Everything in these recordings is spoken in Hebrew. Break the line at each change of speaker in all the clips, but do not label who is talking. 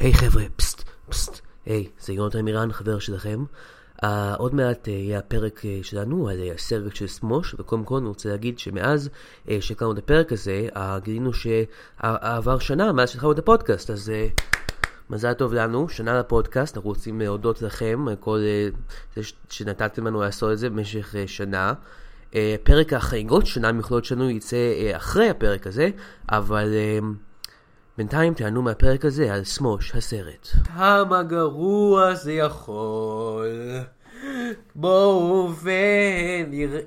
היי חבר'ה, פסט, פסט, היי, זה יונתן מירן, חבר שלכם. Uh, עוד מעט uh, יהיה הפרק uh, שלנו על uh, הסרט של סמוש, וקודם כל אני רוצה להגיד שמאז uh, שהקמנו את הפרק הזה, uh, גילינו שעבר שנה מאז שהתחלנו את הפודקאסט, אז uh, מזל טוב לנו, שנה לפודקאסט, אנחנו רוצים אה, להודות לכם על כל אה, זה ש- שנתתם לנו לעשות את זה במשך אה, שנה. אה, פרק החגיגות שנה המכלול שלנו יצא אה, אחרי הפרק הזה, אבל אה, בינתיים תענו מהפרק הזה על סמוש הסרט. כמה גרוע זה יכול, בואו ונראה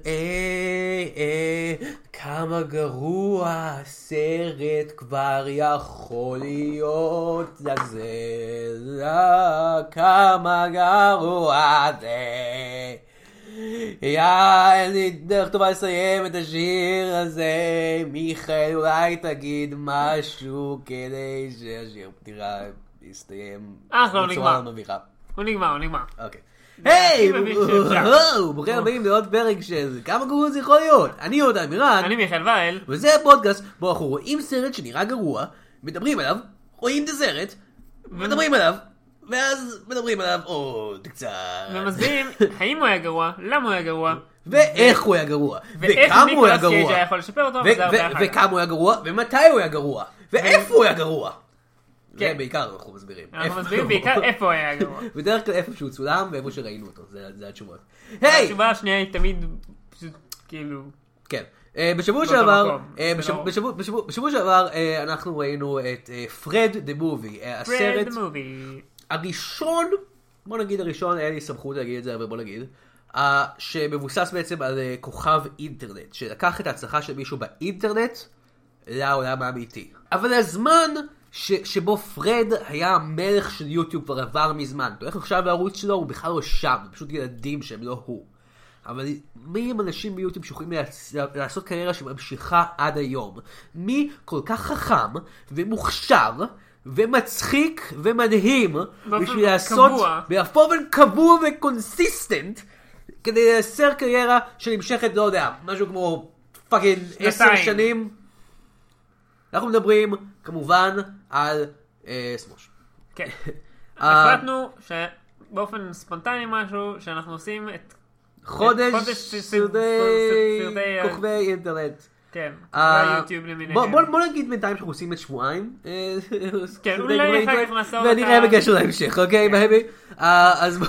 אה, כמה גרוע הסרט כבר יכול להיות לזלזל, כמה גרוע זה. יא, אין לי דרך טובה לסיים את השיר הזה. מיכאל, אולי תגיד משהו כדי שהשיר פתירה יסתיים
אה, כבר
בצורה
נגמר.
מבהירה.
הוא נגמר, הוא נגמר.
אוקיי. היי!
הכי מביך שאפשר.
וואו, ברוכים הבאים לעוד פרק של כמה גרוע זה יכול להיות. אני יהודה מירן,
אני מיכאל וייל.
וזה הפודקאסט בו אנחנו רואים סרט שנראה גרוע, מדברים עליו, רואים את הסרט, מדברים עליו, ואז מדברים עליו עוד קצת.
ומסבירים האם הוא היה גרוע, למה הוא היה גרוע,
ואיך הוא היה גרוע,
ואיך
וכמה הוא היה
ניקולס קייג'
גרוע,
היה יכול לשפר אותו,
ו-
וזה
ו-
הרבה אחר כך.
וכמה הוא היה גרוע, ומתי הוא היה גרוע, ואיפה הוא היה גרוע. זה
כן.
בעיקר אנחנו מסבירים.
אנחנו
איפה
מסבירים
הוא-
בעיקר איפה הוא היה גרוע.
בדרך כלל איפה שהוא צולם ואיפה שראינו אותו, זה זה התשובות. היי!
התשובה השנייה היא תמיד פשוט כאילו...
כן. אה, בשבוע
באותו
שעבר,
מקום,
אה,
זה
בשב-
לא-
בשבוע- בשבוע- בשבוע שעבר אה, אנחנו ראינו את אה, פרד דה מובי, אה, הסרט
פרד מובי.
הראשון, בוא נגיד הראשון, אין לי סמכות להגיד את זה, אבל בוא נגיד, אה, שמבוסס בעצם על אה, כוכב אינטרנט, שלקח את ההצלחה של מישהו באינטרנט לעולם האמיתי. אבל הזמן ש, שבו פרד היה המלך של יוטיוב כבר עבר מזמן. אתה הולך עכשיו לערוץ שלו, הוא בכלל לא שם, זה פשוט ילדים שהם לא הוא. אבל מי הם אנשים ביוטיוב שיכולים לעצ- לעשות קריירה שממשיכה עד היום? מי כל כך חכם ומוכשר ומצחיק ומדהים
באופן
בשביל לעשות
קבוע.
באופן קבוע וקונסיסטנט כדי לייצר קריירה שנמשכת, לא יודע, משהו כמו פאקינג עשר
שנתיים.
שנים? אנחנו מדברים כמובן על אה, סמוש.
כן.
אה,
החלטנו שבאופן ספונטני משהו, שאנחנו עושים את...
חודש
חודש ס- ס-
סרטי
ס- סרטי, אה,
כוכבי אינטרנט.
כן.
אה,
ביוטיוב
בוא-
למיניהם.
בוא בוא נגיד בינתיים שאנחנו עושים את שבועיים. אה, סרטי
כן, אולי
כוכבי
אחר כך
אינטרנט,
נעשה עוד
ונראה
אתה-
בקשר להמשך,
כן.
אוקיי? בהמי? אה, אז בוא-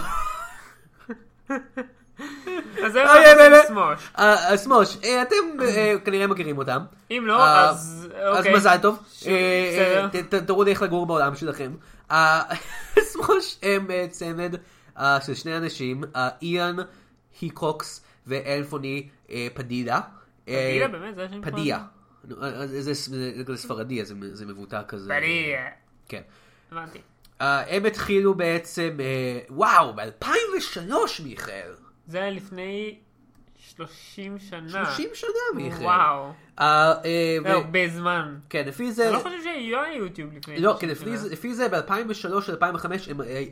אז זה
אוקיי, באמת.
היה סמוש.
אה, אז סמוש, אה, אתם אה, כנראה מכירים אותם.
אם לא,
אה,
אז...
אז
אוקיי.
מזל טוב.
ש-
אה,
בסדר.
אה, ת- ת- תראו לי איך לגור בעולם שלכם. אה, סמוש הם אה, צמד אה, של שני אנשים, אה, איאן היקוקס ואלפוני אה, פדידה. אה,
פדידה, באמת? זה השם שלו?
פדיה. נו, אה, אה, זה- זה זה ספרדי, אז זה- זה מבוטא כזה.
פדיה.
כן.
הבנתי.
אה, הם התחילו בעצם, אה, וואו, ב-2003 מיכאל.
זה היה לפני 30 שנה.
30 שנה מיכאל.
אה. וואו.
אה, אה, ו-
זה הרבה זמן.
כן, לפי זה...
אני לא חושב שהיה יוטיוב לפני
לא,
30
כן, לפי
שנה.
זה- לפי זה ב-2003-2005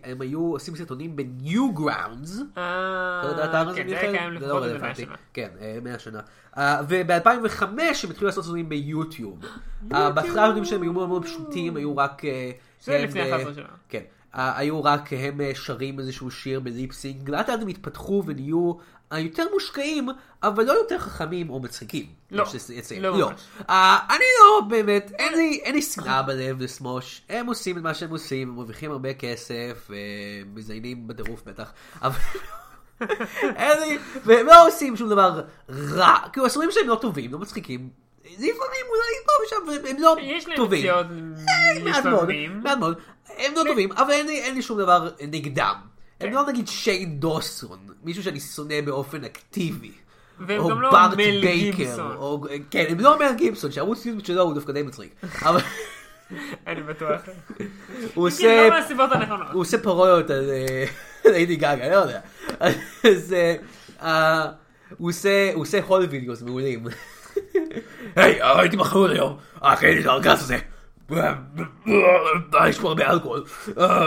הם היו עושים סרטונים בניו גראונדס.
אה,
אתה יודע את הארץ
כן, זה
מיכאל?
היה קיים
זה לא
לפחות עוד מאה
רלוונטי.
שנה.
כן, אה, 100 שנה. אה, וב-2005 הם התחילו לעשות סרטונים ביוטיוב. אה, בהתחלה העובדים שלהם היו מאוד מאוד פשוטים, היו רק... אה,
זה
הם,
לפני
אה,
11 שנה.
כן. אה, היו רק הם אה, שרים איזשהו שיר בליפסינג, לאט לאט הם התפתחו ונהיו אה, יותר מושקעים, אבל לא יותר חכמים או מצחיקים.
לא,
יש לצ- לציין.
לא
לא.
ממש.
אה, אני לא באמת, אין לי- אין לי שנאה בלב לסמוש, הם עושים את מה שהם עושים, הם מרוויחים הרבה כסף, אה, מזיינים בטירוף בטח, אבל... אין לי, והם לא עושים שום דבר רע, כאילו הסרטים שלהם לא טובים, לא מצחיקים, לפעמים אולי פה ושם, והם לא
יש להם
טובים. אה,
יציאות
מעט מאוד,
לפעמים.
מעט מאוד. הם לא טובים, אבל אין לי, אין לי שום דבר נגדם. הם
כן.
לא נגיד שיין דוסון, מישהו שאני שונא באופן אקטיבי.
והם
או
גם לא
בארט
מל
בייקר,
גיבסון.
או- כן, הם לא מל גיבסון, שערוץ יוטיוב שלו הוא דווקא די מצחיק. אבל
אני בטוח.
הוא
כן,
עושה...
לא מהסיבות הנכונות.
הוא עושה פרודיות על אה, ליידי גאגה, לא יודע. אז אה, אה, הוא עושה- הוא עושה הול וידאוס מעולים. היי, אה, הייתי מכור היום, אה, אכלתי את הארגז הזה. אה, אה, יש פה הרבה אלכוהול. אה,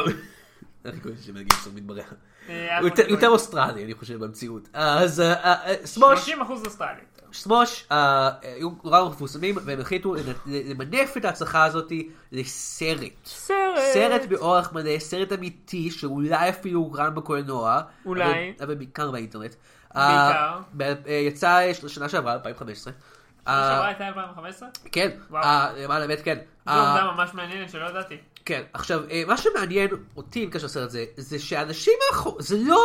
איך קוראים שמל גיבסון מתברר?
אה,
הוא יותר- יותר אוסטרלי, אני חושב, במציאות. אז אה, אה, אה, סמוש,
30% אוסטרלית.
סמוש, אה, אה, היו נורא מפורסמים, והם החליטו לנ- למנף את ההצלחה הזאת לסרט.
סרט.
סרט אה, באורך מלא, סרט אמיתי, שאולי אפילו הוקרן בקולנוע.
אולי.
אבל- אבל בעיקר באינטרנט.
בעיקר.
אה, ב- אה, יצא ש- שנה שעברה, 2015.
שעברה
אה,
הייתה 2015? זו
כן,
וואו.
אה, למען האמת כן. אה,
עובדה ממש מעניינת שלא ידעתי.
כן, עכשיו, אה, מה שמעניין אותי בקשר לסרט זה, זה שאנשים מאחור, זה לא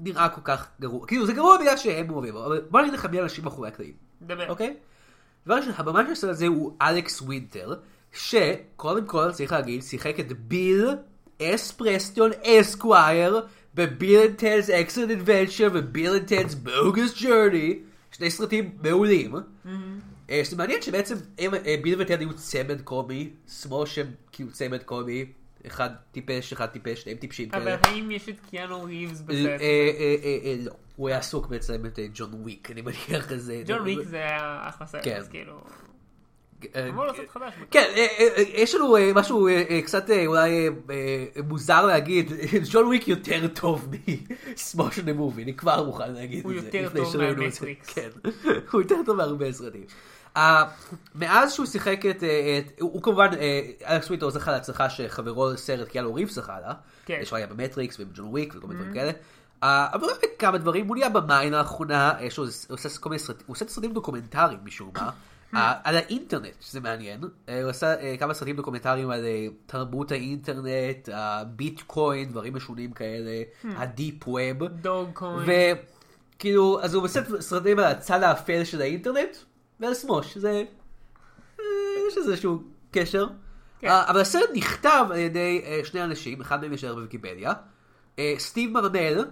נראה כל כך גרוע. כאילו, זה גרוע בגלל שהם מעורבים, בו, אבל בוא נגיד לך מי האנשים מאחורי הקלעים,
דבר.
אוקיי? דבר ראשון, הבמאי של הסרט הזה הוא אלכס וינטר, שקודם כל, צריך להגיד, שיחק את ביל אס פרסטיון אסקווייר בביל אנד טלס אקסלנט אדוונצ'ר וביל אנד טלס בוגוס ג'רני, שני סרטים מעולים.
Mm-hmm.
אה, שזה מעניין שבעצם הם, אה, ביל וטד היו צמד קומי, שמאל שהם כאילו צמד קומי, אחד טיפש, אחד טיפש, שניהם טיפשים
אבל
כאלה.
האם יש את קיאנו ריבס
אוקיי. אה,
בסרט?
אה, אה, אה, אה, לא, הוא היה עסוק בעצם את אה, ג'ון וויק, אני מניח איזה...
ג'ון ריק זה היה אחלה סרט,
אה, כן.
אז כאילו...
אה,
אמור לעשות חדש.
כן, אה, אה, אה, יש לנו אה, משהו אה, אה, קצת אה, אולי אה, אה, מוזר להגיד, ג'ון וויק יותר טוב מסמוש דה מובי, אני כבר מוכן להגיד את זה.
הוא יותר
לפני
טוב
שראינו את זה.
מהמטריקס.
כן, הוא יותר טוב מהרבה סרטים. אה, מאז שהוא שיחק את, אה, את הוא הוא כמובן, אה, אלכס וויטו זכה להצלחה שחברו לסרט קיאלו ריב זכה לה,
כן.
שהוא היה במטריקס ובג'ון וויק וכל מיני דברים כאלה. אה, אבל הוא היה בכמה דברים, הוא נהיה במים לאחרונה, אה, שהוא עושה כל מיני סרטים, הוא עושה סרטים דוקומנטריים משום מה, אה, על האינטרנט, שזה מעניין. אה, הוא עשה אה, כמה סרטים דוקומנטריים על אה, תרבות האינטרנט, הביטקוין, דברים משונים כאלה, הדיפ ווב.
דוג קוין.
וכאילו, אז הוא עושה סרטים על הצד האפל של האינטרנט, ועל סמוש, שזה... אה, יש איזה שהוא קשר.
כן.
אה, אבל הסרט נכתב על ידי אה, שני אנשים, אחד מהם ישר בוויקיפדיה. אה, סטיב מרמל,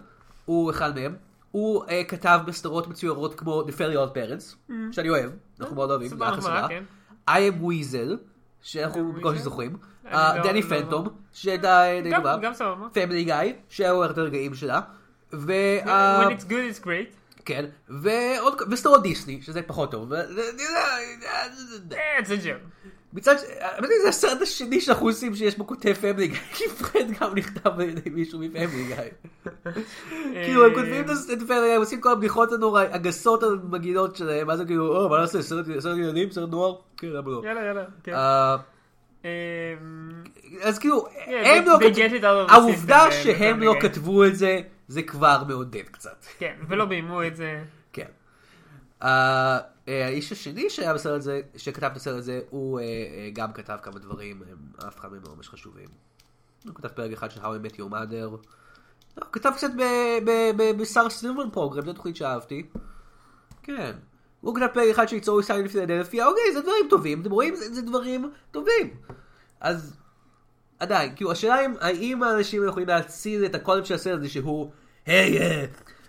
הוא אחד מהם, הוא אה, כתב בסדרות מצוירות כמו The Failure of Parents, שאני אוהב, אנחנו מאוד אוהבים,
Mm. סבבה,
זה אחלה
נחמד,
סדרה.
כן.
I am Weasel, שאנחנו
I'm
בקושי
Weasel?
זוכרים.
אני
אה,
לא-
דני
לא-
פנטום, שהייתה די
גם-
טובה.
גם סבבה.
פמילי גיא, שהיו הרבה רגעים שלה. ו... אה,
When it's good it's great.
כן, ועוד, וסדרות דיסני, שזה פחות טוב. ו- אני יודע,
אה, זה ג'ם.
מצד ש... האמת היא, זה הסרט השני שאנחנו עושים שיש בו כותב פמילי גיא, כי פרד גם נכתב על ידי מישהו מפמילי גיא.
אה,
כאילו, הם כותבים את הס- את פמילי גיא, הם עושים כל הבדיחות הנורא, הגסות המגעילות שלהם, ואז הם כאילו, או, מה נעשה, סרט סרט ילדים, סרט נוער? כן, למה לא?
יאללה, יאללה. כן.
אה,
אמ,
אז כאילו,
they-
הם לא
they get it out of the
העובדה
system, אה,
שהם לא
בפמילי גיא.
כתבו את זה, זה כבר מעודד קצת.
כן, ולא ביימו את זה.
כן. אה, אה, האיש השני שהיה בסרט הזה, שכתב את הסרט הזה, הוא אה, אה, גם כתב כמה דברים, הם אף אחד מהם לא ממש חשובים. הוא כתב פרק אחד של How I Met Your Mother. לא, הוא כתב קצת ב- ב- ב- בשר סילברן פרוגרם, זו תוכנית שאהבתי. כן. הוא כתב פרק אחד של ייצור ישראלי לפילדלפיה, אוקיי, זה דברים טובים, אתם רואים? זה, זה דברים טובים. אז עדיין, כאילו השאלה אם, האם האנשים האלה יכולים להציל את הקודם של הסרט הזה שהוא, היי, אה,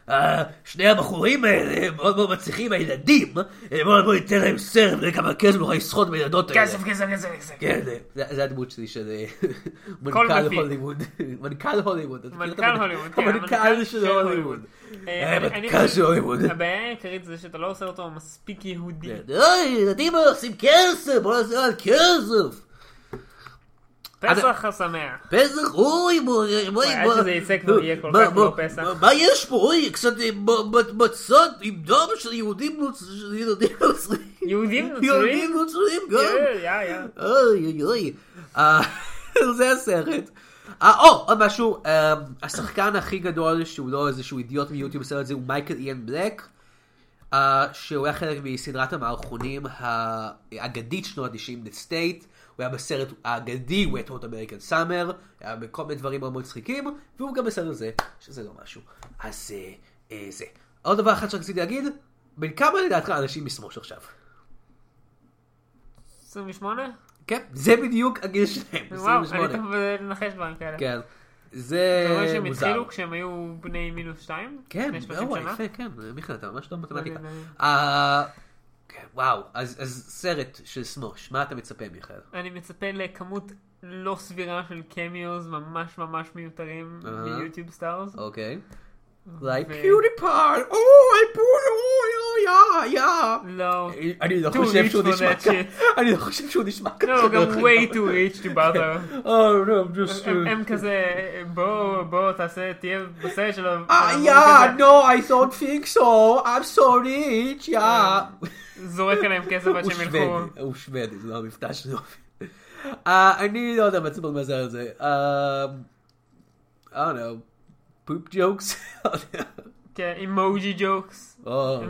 אה, שני הבחורים האלה הם מאוד מאוד מצליחים, הילדים, אה, בואו בוא ניתן להם סרט, נראה כמה כסף נוכל לסחוט מהילדות האלה.
כסף, כסף, כסף, כסף.
כן, אה, זה, זה הדמות שלי של אה,
קולמן
מנכ"ל
פיל.
הוליווד, מנכ"ל הוליווד, אתה מכיר את
מנכ"ל
המנ-
הוליווד, כן,
המנכ"ל של הוליווד,
אה,
אה,
אני- אני
המנכ"ל של
חושב-
הוליווד, כן.
הבעיה העיקרית זה שאתה לא עושה אותו מספיק יהודי.
אוי, ילדים עושים כסף, בואו נעשה על כסף,
פסח השמח.
פסח, אוי, בואי, בואי,
עד שזה יצא כבר יהיה כל
מה-
כך לא
מה-
פסח.
מה- מה יש פה? אוי, קצת אה, מ- מ- מצות עם דם של יהודים נוצ- של ילדים נוצרים.
יהודים
יהודים
נוצרים?
נוצרים גם.
כן, יא, יא.
אוי, אוי, אוי. אה, זה הסרט. אה, או, עוד משהו, אה, השחקן הכי גדול שהוא לא איזשהו אידיוט מיוטיוב בסרט הזה הוא מייקל איאן בלק. אה, שהוא היה חלק מסדרת המערכונים האגדית שנות ה-90 The State, הוא היה בסרט האגדי Wet Hot American Summer, היה בכל מיני דברים מאוד מצחיקים, והוא גם בסרט הזה, שזה לא משהו. אז אה, אה, זה. עוד דבר אחד שרציתי להגיד, בין כמה לדעתך אנשים משמאל עכשיו?
28?
כן, זה בדיוק הגיל שלהם,
וואו, אני
28.
תכף לנחש דברים כאלה.
כן. זה
אתה רואה שהם
כן, מוזר.
התחילו כשהם היו בני מינוס 2?
כן,
לפני 30
וואו,
שנה?
יפה, כן, מיכאל, אתה ממש טוב במתמטיקה.
לא, לא, לא.
אה, כן, וואו, אז אז סרט של סמוש, מה אתה מצפה, מיכאל?
אני מצפה לכמות לא סבירה של קמיוז ממש ממש מיותרים
אהה. אה.
מיוטיוב סטארס.
אוקיי. אולי
ו-
Oh, פיודיפאי, אוי, אוי, אוי, יא, יא.
לא.
אני לא
Too
חושב
rich
שהוא
for
נשמע
that
ככה.
shit.
אני לא חושב שהוא נשמע ככה.
לא, גם
דרך אגב.
way too rich דיברת עליו.
Oh, no, I'm just...
הם- הם כזה, בוא, בוא, תעשה, תהיה בסרט שלו.
אה,
והוא
יא,
כזה
no, I don't think so, I'm so rich, יא.
אה, זורק עליהם כסף עד
הוא
לא שהם ילכו.
שוודי, הוא שוודי, זה לא המבטא שלו. אה, אני לא יודע מה ציבור מזל על זה. אה, I don't know, poop jokes?
כן, אימוג'י ג'וקס.
או,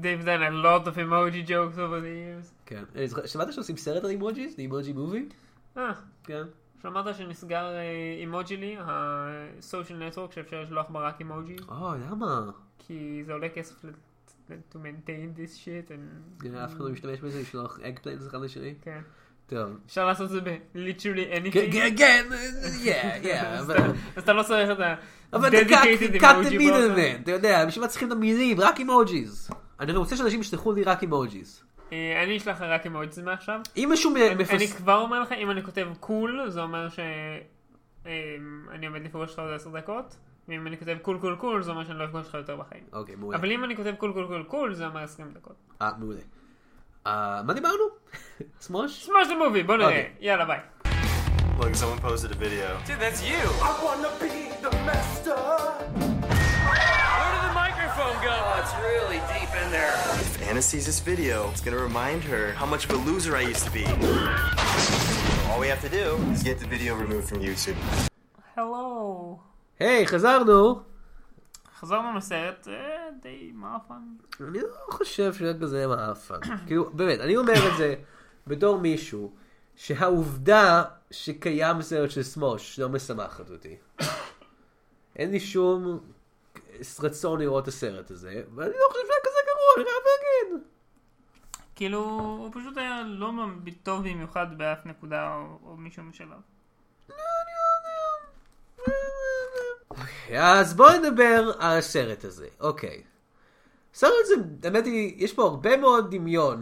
They've done a lot of emoji jokes over the years.
כן. אני זוכר- שמעת שעושים סרט על אימוג'יס? זה אימוג'י מובי?
אה,
כן.
שמעת שנסגר אימוג'ילי, ה-social network שאפשר לשלוח בה רק אימוג'י?
או, למה?
כי זה עולה כסף ל- to maintain this shit. and-
כן, אף אחד לא משתמש בזה לשלוח אג פליינס אחד לשני?
כן.
טוב.
אפשר לעשות את זה ב-literally
כן,
anything.
כן, כן, yeah, yeah,
אז
אבל...
אתה- אז אתה לא צריך את ה...
אבל אתה
dedicated
cut the
emoji
middleman,
button.
אתה יודע, בשביל מה צריכים את המילים, רק אימוג'יז. אני רוצה שאנשים ישלחו לי רק אימוג'יז.
אה, אני אשלח לך רק אימוג'יז מעכשיו.
אם מישהו
אני אני
מפס...
כבר אומר לך, אם אני כותב קול, זה אומר ש... אמ, אני עומד לפגוש אותך עוד עשר דקות, ואם אני כותב קול קול קול, זה אומר שאני לא אפגוש אותך יותר בחיים.
אוקיי, מעולה.
אבל אם אני כותב קול קול קול קול, זה אומר עשרים דקות.
אה, מעולה. אה, מה דיברנו? סמוש?
סמוש למובי, בוא נראה.
אוקיי.
יאללה ביי.
Look, someone posted a video.
Dude, that's you. I wanna be the master. Where did the microphone go? Oh, it's really deep in there.
If Anna sees this video, it's gonna remind her how much of a loser I used to be. All we have to do is get the video removed from YouTube.
הלו.
היי, חזרנו.
חזרנו לסרט, אה, די מעפן.
אני לא חושב שהיה כזה מעפן. כאילו, באמת, אני אומר את זה בתור מישהו שהעובדה שקיים סרט של סמוש לא משמחת אותי. אין לי שום רצון לראות את הסרט הזה, ואני לא חושב שהיה כזה גרוע, אני חייב להגיד.
כאילו, הוא פשוט היה לא ממ- טוב במיוחד באף נקודה או- או משום שלב.
אוקיי, אז בואו נדבר על הסרט הזה, אוקיי. הסרט הזה, האמת היא, יש פה הרבה מאוד דמיון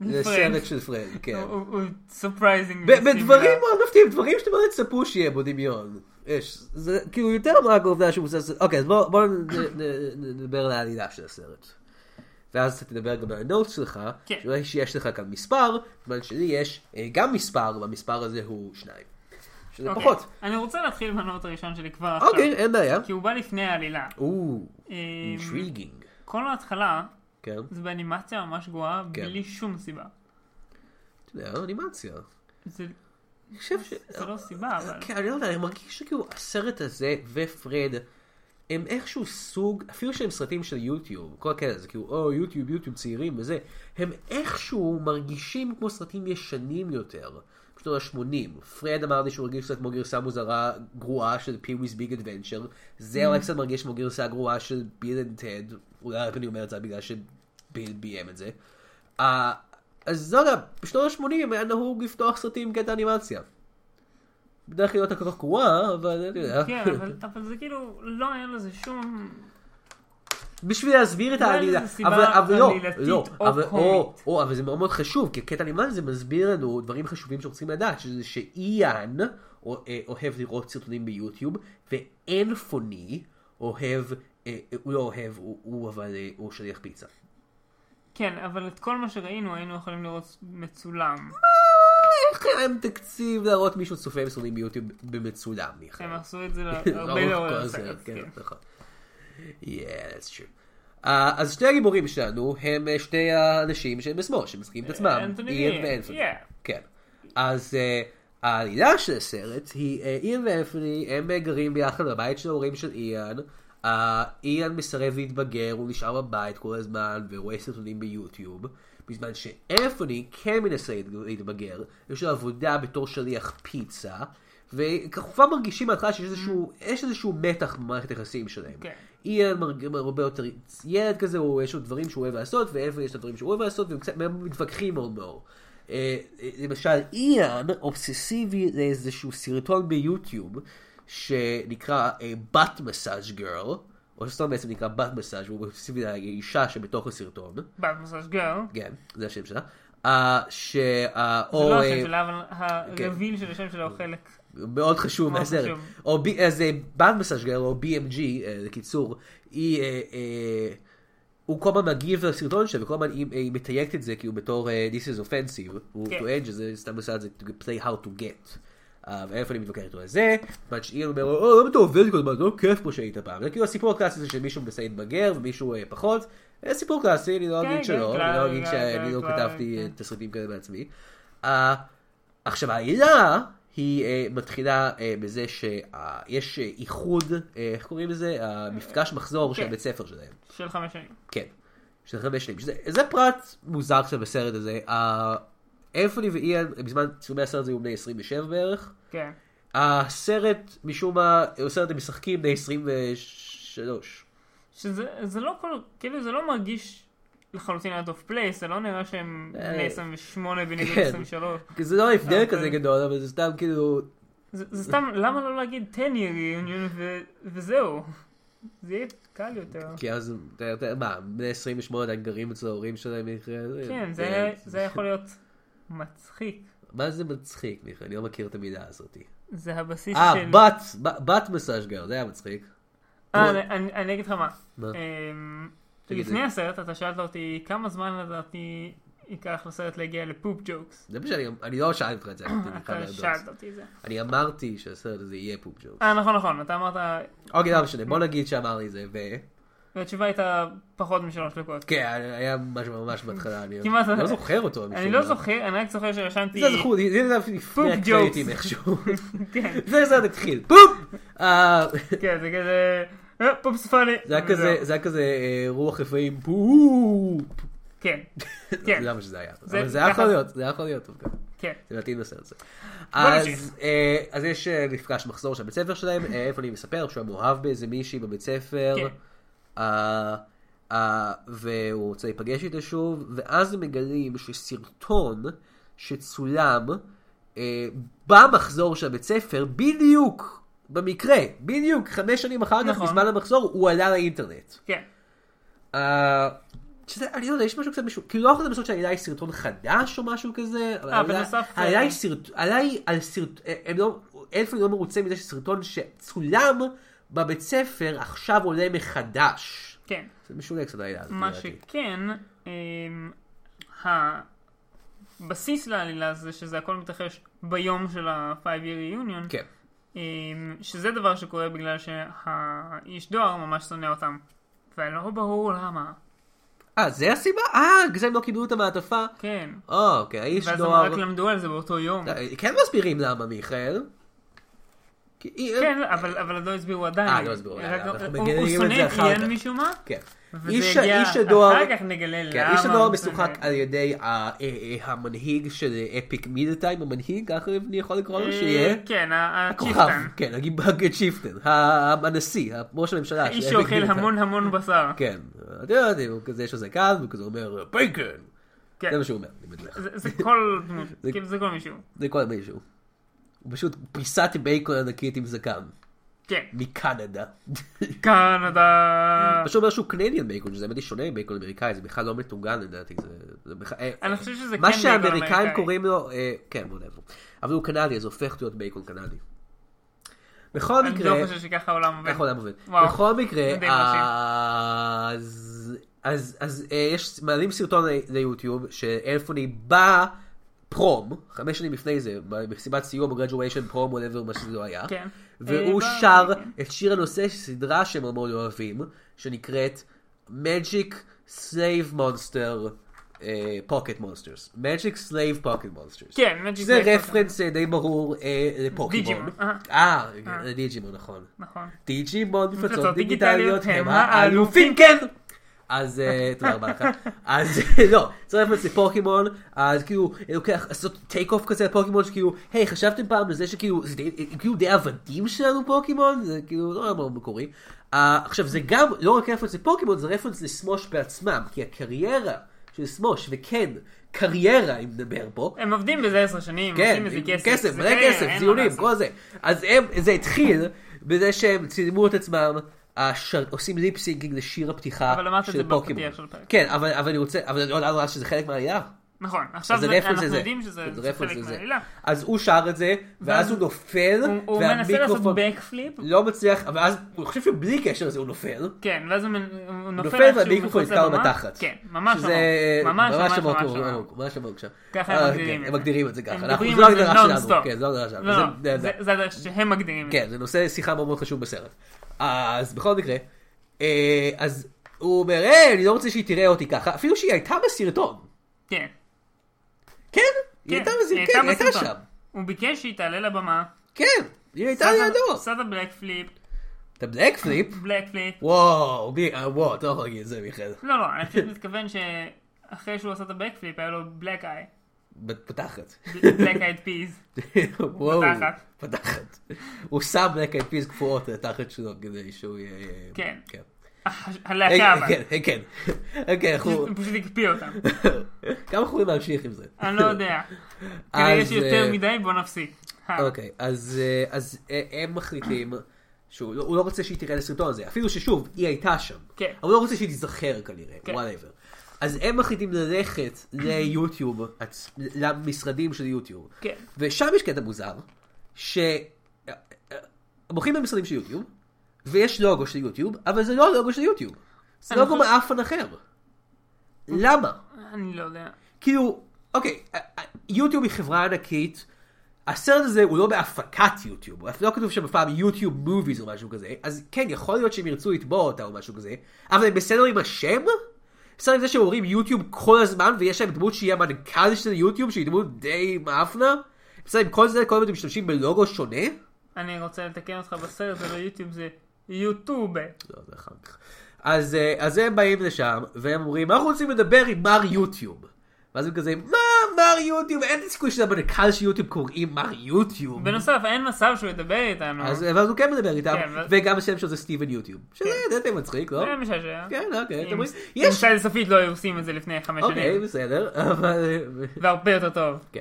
לסרט של פרנד, כן.
הוא- הוא סופרייזינג.
ב- בדברים מאוד מפתיעים, דברים שאתם לא תצפו שיהיה בו דמיון. יש, זה כאילו יותר רק העובדה שהוא מבוסס... אוקיי, אז בואו בוא נ- נ- נ- נדבר על העלילה של הסרט. ואז אתה תדבר גם על הנוט שלך,
כן.
שאולי שיש לך כאן מספר, בזמן שלי יש אה, גם מספר, והמספר הזה הוא שניים. שזה
אוקיי.
פחות.
אני רוצה להתחיל בנוט הראשון שלי כבר עכשיו.
אוקיי, אין בעיה.
כי הוא בא לפני העלילה.
או,
אמ,
אינטריגינג.
כל ההתחלה
כן,
זה באנימציה ממש גרועה,
כן.
בלי שום סיבה.
אתה יודע, אנימציה.
זה
אני חושב ש...
זה לא סיבה, אבל...
כן, אני לא יודע, אני מרגיש שכאילו הסרט הזה ופרד הם איכשהו סוג, אפילו שהם סרטים של יוטיוב, כל הקטע הזה, כאילו, או יוטיוב, יוטיוב צעירים וזה, הם איכשהו מרגישים כמו סרטים ישנים יותר, בשנות ה-80. פרד אמר לי שהוא מרגיש קצת כמו גרסה מוזרה, גרועה של פיווי's ביג אדוונצ'ר,
Mm.
זה אולי קצת מרגיש כמו גרסה גרועה של ביל אנד טד, אולי רק אני אומר את זה בגלל שביל ביים את זה. אה, אז לא יודע, בשנות ה-80 היה נהוג לפתוח סרטים עם קטע אנימציה. בדרך כלל לא הייתה כל כך גרועה, אבל אתה יודע.
כן, אבל- אבל זה כאילו, לא היה לזה שום...
בשביל להסביר את
לא היה
העלילה.
לזה סיבה
אבל, אבל לא,
עלילתית
לא,
או
אבל, או,
קומית.
או, אבל זה מאוד מאוד חשוב, כי הקטע לימן זה מסביר לנו דברים חשובים שאנחנו צריכים לדעת, שזה שאיאן או- אה, אוהב לראות סרטונים ביוטיוב, ואין פוני אוהב, אה, אה, הוא לא אוהב, הוא, הוא אבל אה, הוא שליח פיצה.
כן, אבל את כל מה שראינו היינו יכולים לראות מצולם.
איך הם תקציב להראות מישהו צופה בסרטונים ביוטיוב במצולם, מיכאל?
הם עשו את זה הרבה
כן. ארוך כל
לאורך
הסרט,
הסרט.
כן,
כן.
נכון. Yeah, that's true. Uh, אז שני הגיבורים שלנו הם אה, שני האנשים שהם בשמאל, שמשחקים את עצמם,
אנתוני
איין
ואיין,
ואנתוני.
אה, yeah.
כן. אז אה, העלילה של הסרט היא אה, איין ואנתוני, הם אה, גרים ביחד בבית של ההורים של איין. אה, איין מסרב להתבגר, הוא נשאר בבית כל הזמן ורואה סרטונים ביוטיוב. בזמן שאנתוני כן מנסה להת- להתבגר, יש לו עבודה בתור שליח פיצה. וכמובן מרגישים מההתחלה שיש איזשהו, יש איזשהו מתח במערכת היחסים שלהם.
כן.
איין מרג- הרבה יותר ילד כזה, הוא, יש לו דברים שהוא אוהב לעשות, ואבן יש לו דברים שהוא אוהב לעשות, והם קצת והם מתווכחים מאוד מאוד. אה, אה, למשל, איין אובססיבי לאיזשהו סרטון ביוטיוב, שנקרא אה, בת מסאז' גרל, או שסתם בעצם נקרא בת מסאז', הוא אובססיבי לאישה שבתוך הסרטון,
בת מסאז' גרל.
כן, זה השם שלה. אה, ש... אה,
זה
או,
לא
אה, אוקיי.
השם שלה, אבל הרוויל של השם שלה הוא חלק.
מאוד חשוב
מאוד
מהסרט.
חשוב.
או בי- אז בנד מסאז'גר, או BMG, אה, לקיצור, היא אה, אה, הוא כל הזמן מגיב לסרטון שלו, וכל הזמן היא, היא מתייגת את זה, כאילו בתור אה, This is offensive, הוא
כן.
טוען שזה סתם עושה את זה, to play how to get. אה, ואלף אני מתווכח איתו על זה, בזמן שאיר אומר, לו, "אה, למה אתה עובד כל הזמן, זה לא כיף פה שהיית פעם. זה כאילו הסיפור הקלאסי הזה שמישהו מנסה להתבגר ומישהו אה, פחות. זה סיפור קלאסי, אני לא
כן,
אגיד
כן,
שלא, אני
קלאסי,
לא אגיד
כן,
שאני לא
כן,
כתבתי
כן.
אה, תסריטים כאלה בעצמי. אה, עכשיו העלילה היא אה, מתחילה אה, בזה שיש איחוד, אה, איך קוראים לזה? המפגש מחזור של
כן.
בית ספר שלהם.
של חמש שנים.
כן. של חמש שנים. שזה, זה פרט מוזר עכשיו בסרט הזה. אה, אנפוני ואיאן, בזמן צילומי הסרט הזה היו בני 27 בערך.
כן.
הסרט, משום מה, הוא סרט הם משחקים בני 23.
שזה זה לא כל, כאילו זה לא מרגיש לחלוטין out of place, זה לא נראה שהם
אה,
בני 28 בניגוד
כן.
23.
כי זה לא הבדל
אוקיי.
כזה גדול, אבל זה סתם כאילו...
זה זה סתם, למה לא להגיד 10 year reunion ו- וזהו? זה יהיה קל יותר.
כי אז, אתה יודע, מה, בני 28 עדיין גרים אצל ההורים שלהם, מיכאל?
כן, זה- זה יכול להיות מצחיק.
מה זה מצחיק, מיכאל? אני לא מכיר את המילה הזאת.
זה הבסיס
אה,
של...
בת, ב- בת מסאז' גר, זה היה מצחיק.
אה, אני- אני- אני אגיד לך מה.
מה?
אמ,
תגיד
לפני
לי.
הסרט אתה שאלת אותי כמה זמן לדעתי ייקח לסרט להגיע לפופ ג'וקס.
זה מה שאני... אני לא שאלתי אותך את זה, אני חייב
אתה
להודות.
שאלת אותי את זה.
אני אמרתי שהסרט הזה יהיה פופ ג'וק.
אה, נכון, נכון, אתה אמרת...
אוקיי, לא משנה, בוא נגיד שאמר לי זה, ו...
והתשובה הייתה פחות משלוש דקות.
כן, היה משהו ממש בהתחלה, אני
כמעט-
לא זוכר אותו. משום
אני לא
מה.
זוכר, אני רק זוכר שרשמתי...
זה זכור, לי, זה היה לפני
פופ
הקרדיטים
jokes.
איכשהו.
כן,
זה זה התחיל, פופ! אה,
כן, זה כזה... אה, פופס פאני.
זה היה כזה, זה היה כזה אה, רוח רפאים, פופ!
כן,
כן.
כן,
למה שזה היה.
זה-
אבל זה היה יכול
ככה-
להיות, זה היה יכול להיות טוב גם.
כן.
זה מתאים לסרט הזה.
נמשיך.
אז, אה, אז יש אה, מפגש מחזור של בית ספר שלהם, אה, איפה אני מספר שהוא היה מאוהב באיזה מישהי בבית ספר,
כן.
אה, אה, והוא רוצה להיפגש איתה שוב, ואז הם מגלים שסרטון שצולם אה, במחזור של הבית ספר, בדיוק, במקרה, בדיוק חמש שנים אחר כך,
נכון.
בזמן המחזור, הוא עלה לאינטרנט.
כן.
אה, שזה, אני לא יודע, יש משהו קצת משהו, כאילו לא יכול להיות שהעלילה היא סרטון חדש או משהו כזה, אבל
אה,
העלילה-
בנוסף-
העלילה היא סרט, העלילה היא על סרט, אה, הם לא, אלפי לא מרוצה מזה שסרטון שצולם בבית ספר עכשיו עולה מחדש.
כן.
זה משונה קצת העלילה הזאת,
מה
לדעתי.
שכן, אמ, הבסיס לעלילה זה שזה הכל מתרחש ביום של ה-5 year reunion,
כן,
אמ, שזה דבר שקורה בגלל שהאיש דואר ממש שונא אותם. ולא ברור למה.
אה, זה הסיבה? אה, בגלל זה הם לא קיבלו את המעטפה?
כן.
אה, אוקיי, האיש
ואז הם
דואר,
רק למדו על זה באותו יום.
אה, כן מסבירים למה, מיכאל. כי-
כן, אבל אבל עוד לא הסבירו עדיין.
אה, לא הסבירו,
רק-
אנחנו
הוא-
מגלים
הוא
את
שונא
זה
את
אחר כך.
איין משום מה,
כן.
וזה
איש
הגיע-
איש הדואר,
אחר כך נגלה למה.
כן, איש הדואר
הוא
משוחק
שונא.
על ידי ה- אה, אה, המנהיג של אפיק מידל טיים, המנהיג, ככה אני יכול לקרוא לו שיהיה?
אה, כן, ה-
הכוכב,
הצ'יפטן.
כן, הגיבג צ'יפטן, ה- הנשיא, ראש הממשלה.
האיש
של Epic
שאוכל
Meal Time.
המון המון בשר.
כן, אתה יודע, הוא כזה, יש לו זקן, והוא כזה אומר, בייקון!
כן.
זה מה שהוא אומר, אני מניח.
זה זה כל דמות,
זה-
כאילו זה כל מישהו.
זה כל מישהו. הוא פשוט פיסת בייקון ענקית עם זקן,
כן.
מקנדה.
קנדה.
פשוט אומר שהוא קנדיאן בייקון, שזה באמת שונה מבייקון אמריקאי, זה בכלל לא מטוגן לדעתי, זה- זה בכלל... אה,
אני חושב שזה
מה
כן בייקון
שהאמריקאים
אמריקאי.
קוראים לו, אה, כן, whatever. אבל הוא קנדי, אז הוא הופך להיות בייקון קנדי. בכל
אני לא
מקרה,
חושב שככה העולם עובד.
איך העולם עובד?
וואו.
בכל מקרה,
מדהים,
אז אז- אז אה, יש, מעלים סרטון ל- ליוטיוב שאלפוני בא פרום, חמש שנים לפני זה, במסיבת סיום או גרדואשן פרום או whatever, מה שזה לא היה.
כן.
והוא
אה,
שר
ב- כן.
את שיר הנושא של סדרה שהם מאוד אוהבים, שנקראת Magic Slave Monster אה, Pocket Monsters. Magic Slave Pocket Monsters.
כן, Magic
זה
Slave Pocket.
רפרנס אה, די ברור אה, לפוקימון.
דיג'ימון, אה.
אה, דיג'ימון, נכון.
נכון.
דיג'ימון, מפלצות
מפלצות
דיגיטליות,
דיגיטליות,
הם
הם
האלופים, כן! אז אה, תודה רבה לך. אז לא, צריך לפלס לפוקימון, אז כאילו, לוקח, לעשות טייק אוף כזה על פוקימון, שכאילו, היי, חשבתם פעם על זה שכאילו, זה די- כאילו די עבדים שלנו פוקימון? זה כאילו לא היה מאוד מקורי. אה, עכשיו, זה גם, לא רק רפרנס לפוקימון, זה רפרנס לסמוש בעצמם, כי הקריירה של סמוש, וכן, קריירה, אם נדבר פה,
הם עובדים בזה עשר שנים,
כן,
עושים מזה
עם
כסף.
כסף,
זה
מלא
קריירה,
כסף,
אין מה
ציונים,
לעשות.
כל זה. אז הם, זה התחיל בזה שהם צילמו את עצמם, השר, עושים ליפסינגינג לשיר הפתיחה
אבל אמרת את זה
של פוקימון.
בפתיח של הפרק.
כן, אבל, אבל אני רוצה, אבל לא ידענו אז שזה חלק מהעלייה.
נכון, עכשיו
אז
זה-
רפרנס
אנחנו
לזה.
יודעים שזה
זה
זה
רפרנס
חלק
לזה.
מהעלילה.
אז הוא שר את זה, ואז
ואז-
הוא נופל,
הוא- הוא מנסה לעשות
והמיקרופון
בקפליפ,
לא מצליח, ואז הוא חושב שבלי קשר לזה הוא נופל.
כן, ואז הוא מנ- הוא נופל
נופל
איכשהו
והמיקרופון
מחוץ
נתקע לו
לבמה.
בתחת.
כן, ממש
שזה
עמוק. ממש ממש
עמוק,
ממש
לא. ממש
עמוק.
עמוק, ממש עמוק שם.
ככה
אה,
הם
כן,
מגדירים את
הם
זה.
מגדירים את זה ככה.
הם
אנחנו-
מדברים
זו
על זה
ההגדרה שלנו.
נונסטופ.
כן, זו ההגדרה שלנו.
לא,
זה-
לא,
זה-
זה- זה הדרך שהם מגדירים. את זה.
כן, זה נושא שיחה מאוד מאוד חשוב בסרט. אז בכל מקרה, אה, אז הוא אומר, היי, אני לא רוצה שהיא תראה אותי ככה, אפילו שהיא הייתה בסרטון.
כן.
כן, היא הייתה
היא
בסרטון, כן, היא הייתה
בסרטון.
שם.
הוא ביקש שהיא תעלה לבמה.
כן, היא הייתה
עשה-
לידו.
עשה את הבלק פליפ,
את הבלק פליפ?
בלק פליפ.
וואו, מי- אה, וואו, אתה לא יכול להגיד את זה, מיכאל.
לא, לא, אני פשוט מתכוון שאחרי שהוא עשה את הבלק פליפ היה לו בלק איי.
פתחת.
בלק אייד פיז.
וואו,
פתחת.
פתחת. הוא שם בלק אייד פיז קפואות על התחת שלו כדי שהוא יהיה...
כן.
כן,
הלהקה אבל.
כן, כן, כן. כן, אנחנו...
פשוט- הוא פשוט הקפיא אותם.
כמה יכולים להמשיך עם זה?
אני לא יודע.
אז,
כנראה שיותר
אה,
מדי, בוא נפסיק. אה,
אוקיי, אז, אה, אז אה, הם מחליטים שהוא לא, הוא לא רוצה שהיא תראה לסרטון הזה, אפילו ששוב, היא הייתה שם.
כן.
אבל הוא לא רוצה שהיא תיזכר כנראה,
כן.
וואטאבר. אז הם מחליטים ללכת ליוטיוב, עצ- למשרדים של יוטיוב.
כן.
ושם יש קטע מוזר, שהולכים למשרדים של יוטיוב, ויש לוגו של יוטיוב, אבל זה לא לוגו של יוטיוב. זה
אני
לוגו
חושב-
מאף אחר. למה?
אני לא יודע.
כאילו, אוקיי, ה- ה- יוטיוב היא חברה ענקית, הסרט הזה הוא לא בהפקת יוטיוב, הוא אפילו לא כתוב שם פעם יוטיוב מוביז או משהו כזה, אז כן, יכול להיות שהם ירצו לתבוע אותה או משהו כזה, אבל הם בסדר עם השם? בסדר עם זה שהם אומרים יוטיוב כל הזמן, ויש להם דמות שהיא המנכ"ל של יוטיוב, שהיא דמות די מאפנה? בסדר עם כל זה, כל הזמן הם משתמשים בלוגו שונה?
אני רוצה לתקן אותך בסרט, זה לא יוטיוב, זה יוטוב.
לא, זה אחר כך. אז, אה, אז הם באים לשם, והם אומרים, אנחנו רוצים לדבר עם מר יוטיוב. ואז הם כזה, מה, מר יוטיוב? אין לי סיכוי שלמנכ"ל של יוטיוב קוראים מר יוטיוב.
בנוסף, אין מצב שהוא ידבר איתנו.
אז ואז הוא כן מדבר איתם,
כן, אבל-
וגם השם שלו זה סטיבן יוטיוב. שזה די מצחיק, לא?
זה משעשע.
כן, אוקיי, אתם
אם-
רואים?
אם
יש...
סעיד סופית לא היו עושים את זה לפני חמש
אוקיי,
שנים.
בסדר, אבל... אה,
זה הרבה יותר טוב.
כן.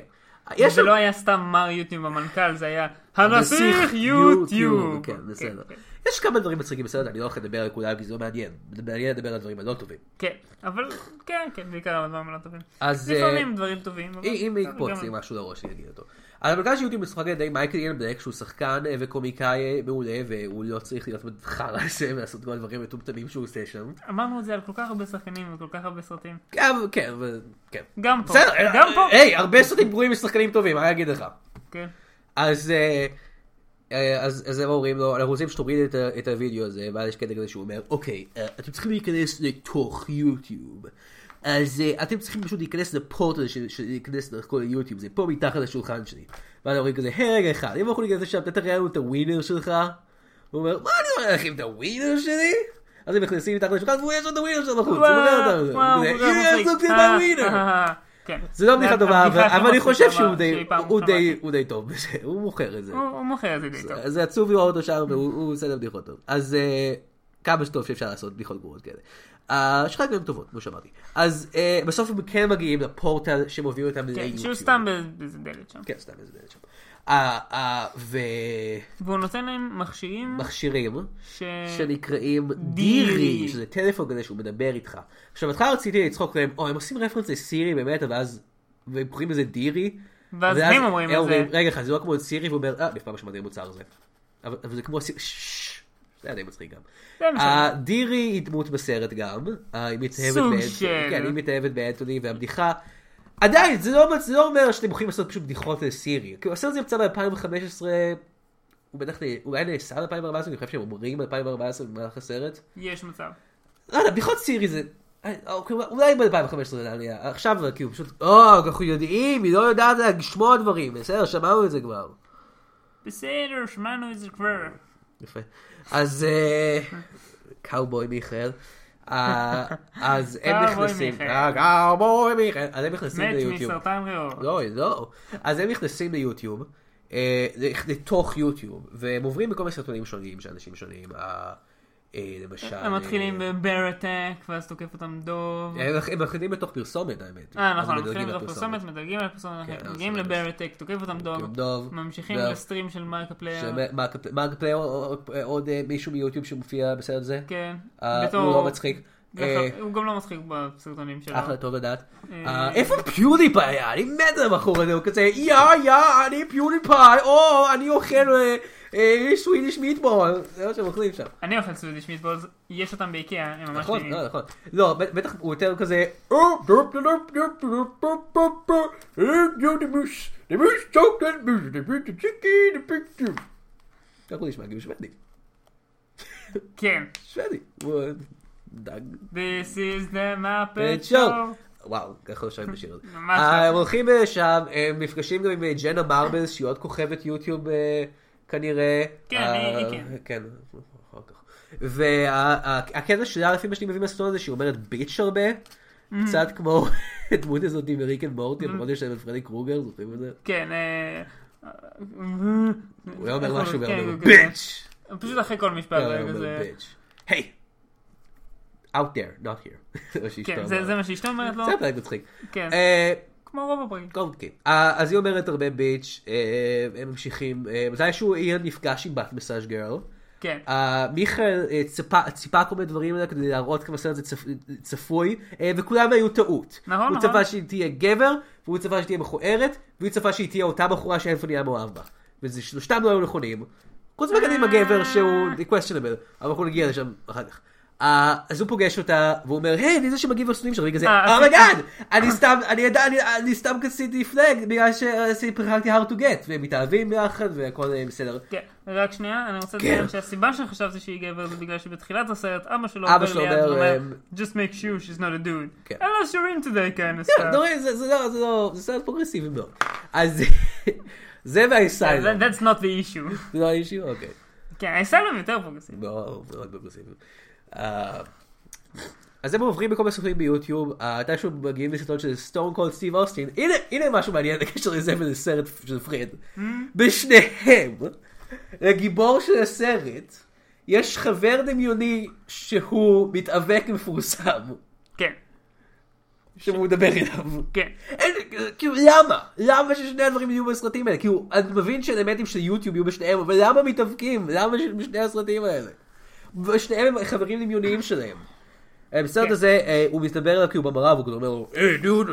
יש
זה
שם-
לא היה סתם מר יוטיוב במנכ"ל, זה היה הנסיך יוטיוב.
כן, בסדר.
כן,
יש כמה דברים מצחיקים בסרט, אני לא הולך לדבר על כולם כי זה לא מעניין. זה מעניין לדבר על הדברים הלא טובים.
כן, אבל כן, כן, בעיקר הדברים לא טובים.
אז... אה,
לפעמים דברים טובים. אבל-
אם
אבל
יקפוץ
גם-
לי משהו לראש, אני אגיד אותו. אז המנכ"ל של יוטיוב משוחק על ידי מייקל אילן בלק, שהוא שחקן אה, וקומיקאי אה, מעולה, והוא לא צריך להיות חרא הזה ולעשות כל הדברים המטומטמים שהוא עושה שם.
אמרנו את זה על כל כך הרבה שחקנים וכל כך הרבה סרטים.
גם, כן, אבל- כן.
גם פה.
בסדר, אה,
גם פה.
היי, הרבה סרטים גרועים משחקנים טובים, מה אני אגיד לך?
כן.
אז... אה, אה, אז, אז הם אומרים לו, אנחנו רוצים שתוריד את, ה- את הוידאו הזה, ואז יש קטע כזה שהוא אומר, אוקיי, אה, אתם צריכים להיכנס לתוך יוטיוב. אז אה, אתם צריכים פשוט להיכנס לפורטל של, של להיכנס לכל היוטיוב, זה פה מתחת לשולחן שלי. ואז אומרים כזה, היי רגע אחד, אם אנחנו ניכנס לשם, אתה תראה לנו את הווינר שלך? הוא אומר, מה אני אומר לכם, את הווינר שלי? אז הם נכנסים מתחת לשולחן, והוא יש לו את הווינר שלו בחוץ, הוא אומר אותנו. הוא
וואו,
כזה,
הוא
"Here's
גם מצחיק.
something
אה,
about winner."
אה, אה, כן.
זה לא בדיחה טובה, אבל-
הבדיחה הכי
אבל אני
מצחיקה
חושב שהוא די-
שאי פעם
הוא די-
שמעתי.
הוא די טוב בזה, הוא מוכר את זה.
הוא הוא מוכר את זה די טוב.
אז זה עצוב לראות אותו שם, והוא הוא עושה את הבדיחות טוב. אז אה, כמה שטוב שאפשר לעשות בדיחות גרועות כאלה. אה, יש לך גם טובות, כמו שאמרתי. אז אה, בסוף הם כן מגיעים לפורטל שמוביל אותם
כן,
ליוטיוב.
שהוא סתם באיזה דלת שם.
כן, סתם איזה דלת שם. אה, אה, ומכשירים
והוא נותן להם מכשירים ש...
שנקראים
דירי.
דירי, שזה טלפון כזה שהוא מדבר איתך. עכשיו, בהתחלה רציתי לצחוק להם, או, הם עושים רפרנס לסירי באמת, אבל אז, והם קוראים לזה דירי.
ואז הם אומרים את זה.
רגע אחד, זה לא כמו סירי, והוא אומר, אה, אני אף פעם לא שמעתי על מוצר הזה. אבל אבל זה כמו הסיר, ששש, זה היה די מצחיק גם.
זה משנה.
אה, דירי היא דמות בסרט גם, אה, היא מתאהבת
סוג
באנטוני,
של.
כן, היא מתאהבת באנטוני, והבדיחה, עדיין, זה לא, זה לא אומר שאתם יכולים לעשות פשוט בדיחות על סירי. כאילו, הסרט הזה יצא ב-2015, הוא בטח, נ- אולי נעשה ב-2014, אני חושב שהם אומרים 2014 במהלך הסרט.
יש מצב.
לא יודע, בדיחות סירי זה... אוקיי, אולי ב-2015 זה היה עלייה, עכשיו כאילו פשוט, או, אנחנו יודעים, היא לא יודעת לשמוע דברים, בסדר, שמענו את זה כבר.
בסדר, שמענו את זה כבר.
יפה. אז אה, קאובוי מיכאל. אה, אז הם
קאובוי
נכנסים,
מיכאל.
אה, קאובוי מיכאל, אז הם נכנסים
מת
ליוטיוב.
מסרטן ריאות.
לא, לא. אז הם נכנסים ליוטיוב, אה, לתוך יוטיוב, והם עוברים בכל מיני סרטונים שונים של אנשים שונים. אה, אה, למשל...
הם מתחילים
אה,
בברטק, ואז תוקף אותם דוב.
הם הם מתחילים בתוך פרסומת, האמת.
אה,
כן, אז הם
נכון,
מדלגים
מתחילים
על
בתוך פרסומת, מדלגים על הפרסומת,
כן,
אנחנו
אז
מגיעים
זה-
לברטק, תוקף אותם
תוקף
דוב.
דוב,
ממשיכים
דוב.
לסטרים של מרק הפלייר.
שמרק פלייר, עוד אה, מישהו מיוטיוב שמופיע בסרט זה?
כן.
אה, הוא
בתור-
לא מצחיק.
זה
אה,
ח- הוא גם לא מצחיק בסרטונים שלו.
אחלה טוב לדעת.
אה,
אה, איפה פיודיפאי היה? אני מת על הבחור הזה, הוא כזה, יא יא, אני פיודיפאי, או, אני אוכל אה, אה, סווידיש מיטבול. זה מה שהם אוכלים שם.
אני אוכל סווידיש מיטבולס, יש אותם באיקאה, הם ממש
נכון,
טעימים.
לא, נכון. לא, ב- בטח הוא יותר כזה... "Oh, dop, dop, dop, dop, dop, dop, dop, dop. Eh, yo, the moose, the moose, chocolate moose, the big chicken, the big chicken." ככה הוא נשמע, כי הוא שוודי.
כן.
שוודי. הוא דג.
This is the
Pet Show.
Muppet Show.
וואו, ככה הוא שווה בשיר הזה.
ממש
אה,
לא.
הם הולכים אה, שם, הם נפגשים גם עם אה, ג'נה מרבלס, שהיא עוד כוכבת יוטיוב אה, כנראה.
כן,
אה,
היא- היא
כן. אחר כך. והקטע שלה, לפי מה שאני מבין מהסרטון הזה, שהיא אומרת ביץ' הרבה, קצת כמו הדמות הזאת עם ריק אנד מורטי, למרות יש להם את פרדי קרוגר, זוכרים את זה?
כן. אה,
הוא היה אומר
איך
משהו
כן,
ואומר
הוא כזה-
ביץ'.
פשוט אחרי כל משפט
הוא היה
הוא
אומר
כזה...
ביץ'. היי! Out there, not here. זה מה שאשתו
כן, זה
אמרה.
זה מה שאשתו אומרת לו.
זה היה פרק מצחיק.
כן.
אה,
כמו רוב הפרקים.
אוקיי. אה, אז היא אומרת הרבה ביץ', אה, הם ממשיכים, אה, מתישהו איין נפגש עם בת מסאז' גרל.
כן.
אה, מיכאל אה, צפה- ציפה כל מיני דברים האלה כדי להראות כמה הסרט הזה צפ- צפוי, אה, וכולם היו טעות.
נכון,
הוא
נכון.
צפה שהיא תהיה גבר, והוא צפה שהיא תהיה מכוערת, והיא צפה שהיא תהיה אותה בחורה שאנפוני היה מאוהב בה. וזה שלושתם לא היו נכונים. חוץ מהקדים הגבר שהוא
אה.
the questionable, אבל אנחנו נגיע לשם אחר כך. אה, אז הוא פוגש אותה, והוא אומר, היי, מי זה שמגיב לסטונים שלך? והיא כזה,
אה,
אומייגאד, Oh אני סתם, אני יודע, אני- אני סתם כסיתי פלאג, בגלל שפרחקתי hard to get, והם מתאהבים ביחד, והכל אה, בסדר.
כן, רק שנייה, אני רוצה
כן.
לציין שהסיבה שחשבתי שהיא גבר זה בגלל שבתחילת הסרט אבא שלו
אבא
עובר
שלו
ליד
אומר,
ואומר
אמ,
just make sure she's not a dude.
כן.
Unless you're into that kind of
כן,
stuff.
אתה רואה, זה- זה לא, זה לא, זה סרט פרוגרסיבי מאוד. אז זה והאיסטיילר.
That- That's not the issue.
אה, זה לא האישיו? אוקיי.
כן, האסלאם יותר פרוגרסיבי.
מאוד מאוד פרוגרסיבי. אה, אז הם עוברים בכל מיני סרטים ביוטיוב, אה, מתישהו מגיעים לסרטון של סטון קולד סטיב אוסטין, הנה, הנה משהו מעניין בקשר לזה ולסרט של פרד. בשניהם, לגיבור של הסרט, יש חבר דמיוני שהוא מתאבק מפורסם,
כן,
שהוא מדבר אליו.
כן.
אין, כאילו למה? למה ששני הדברים יהיו בסרטים האלה? כאילו, אני מבין שאלמנטים של יוטיוב יהיו בשניהם, אבל למה מתאבקים? למה שבשני הסרטים האלה? ושניהם הם חברים דמיוניים שלהם. אה, בסרט
כן.
הזה, אה, הוא מסתבר אליו כי הוא במראה, והוא כזה אומר לו, היי דוד,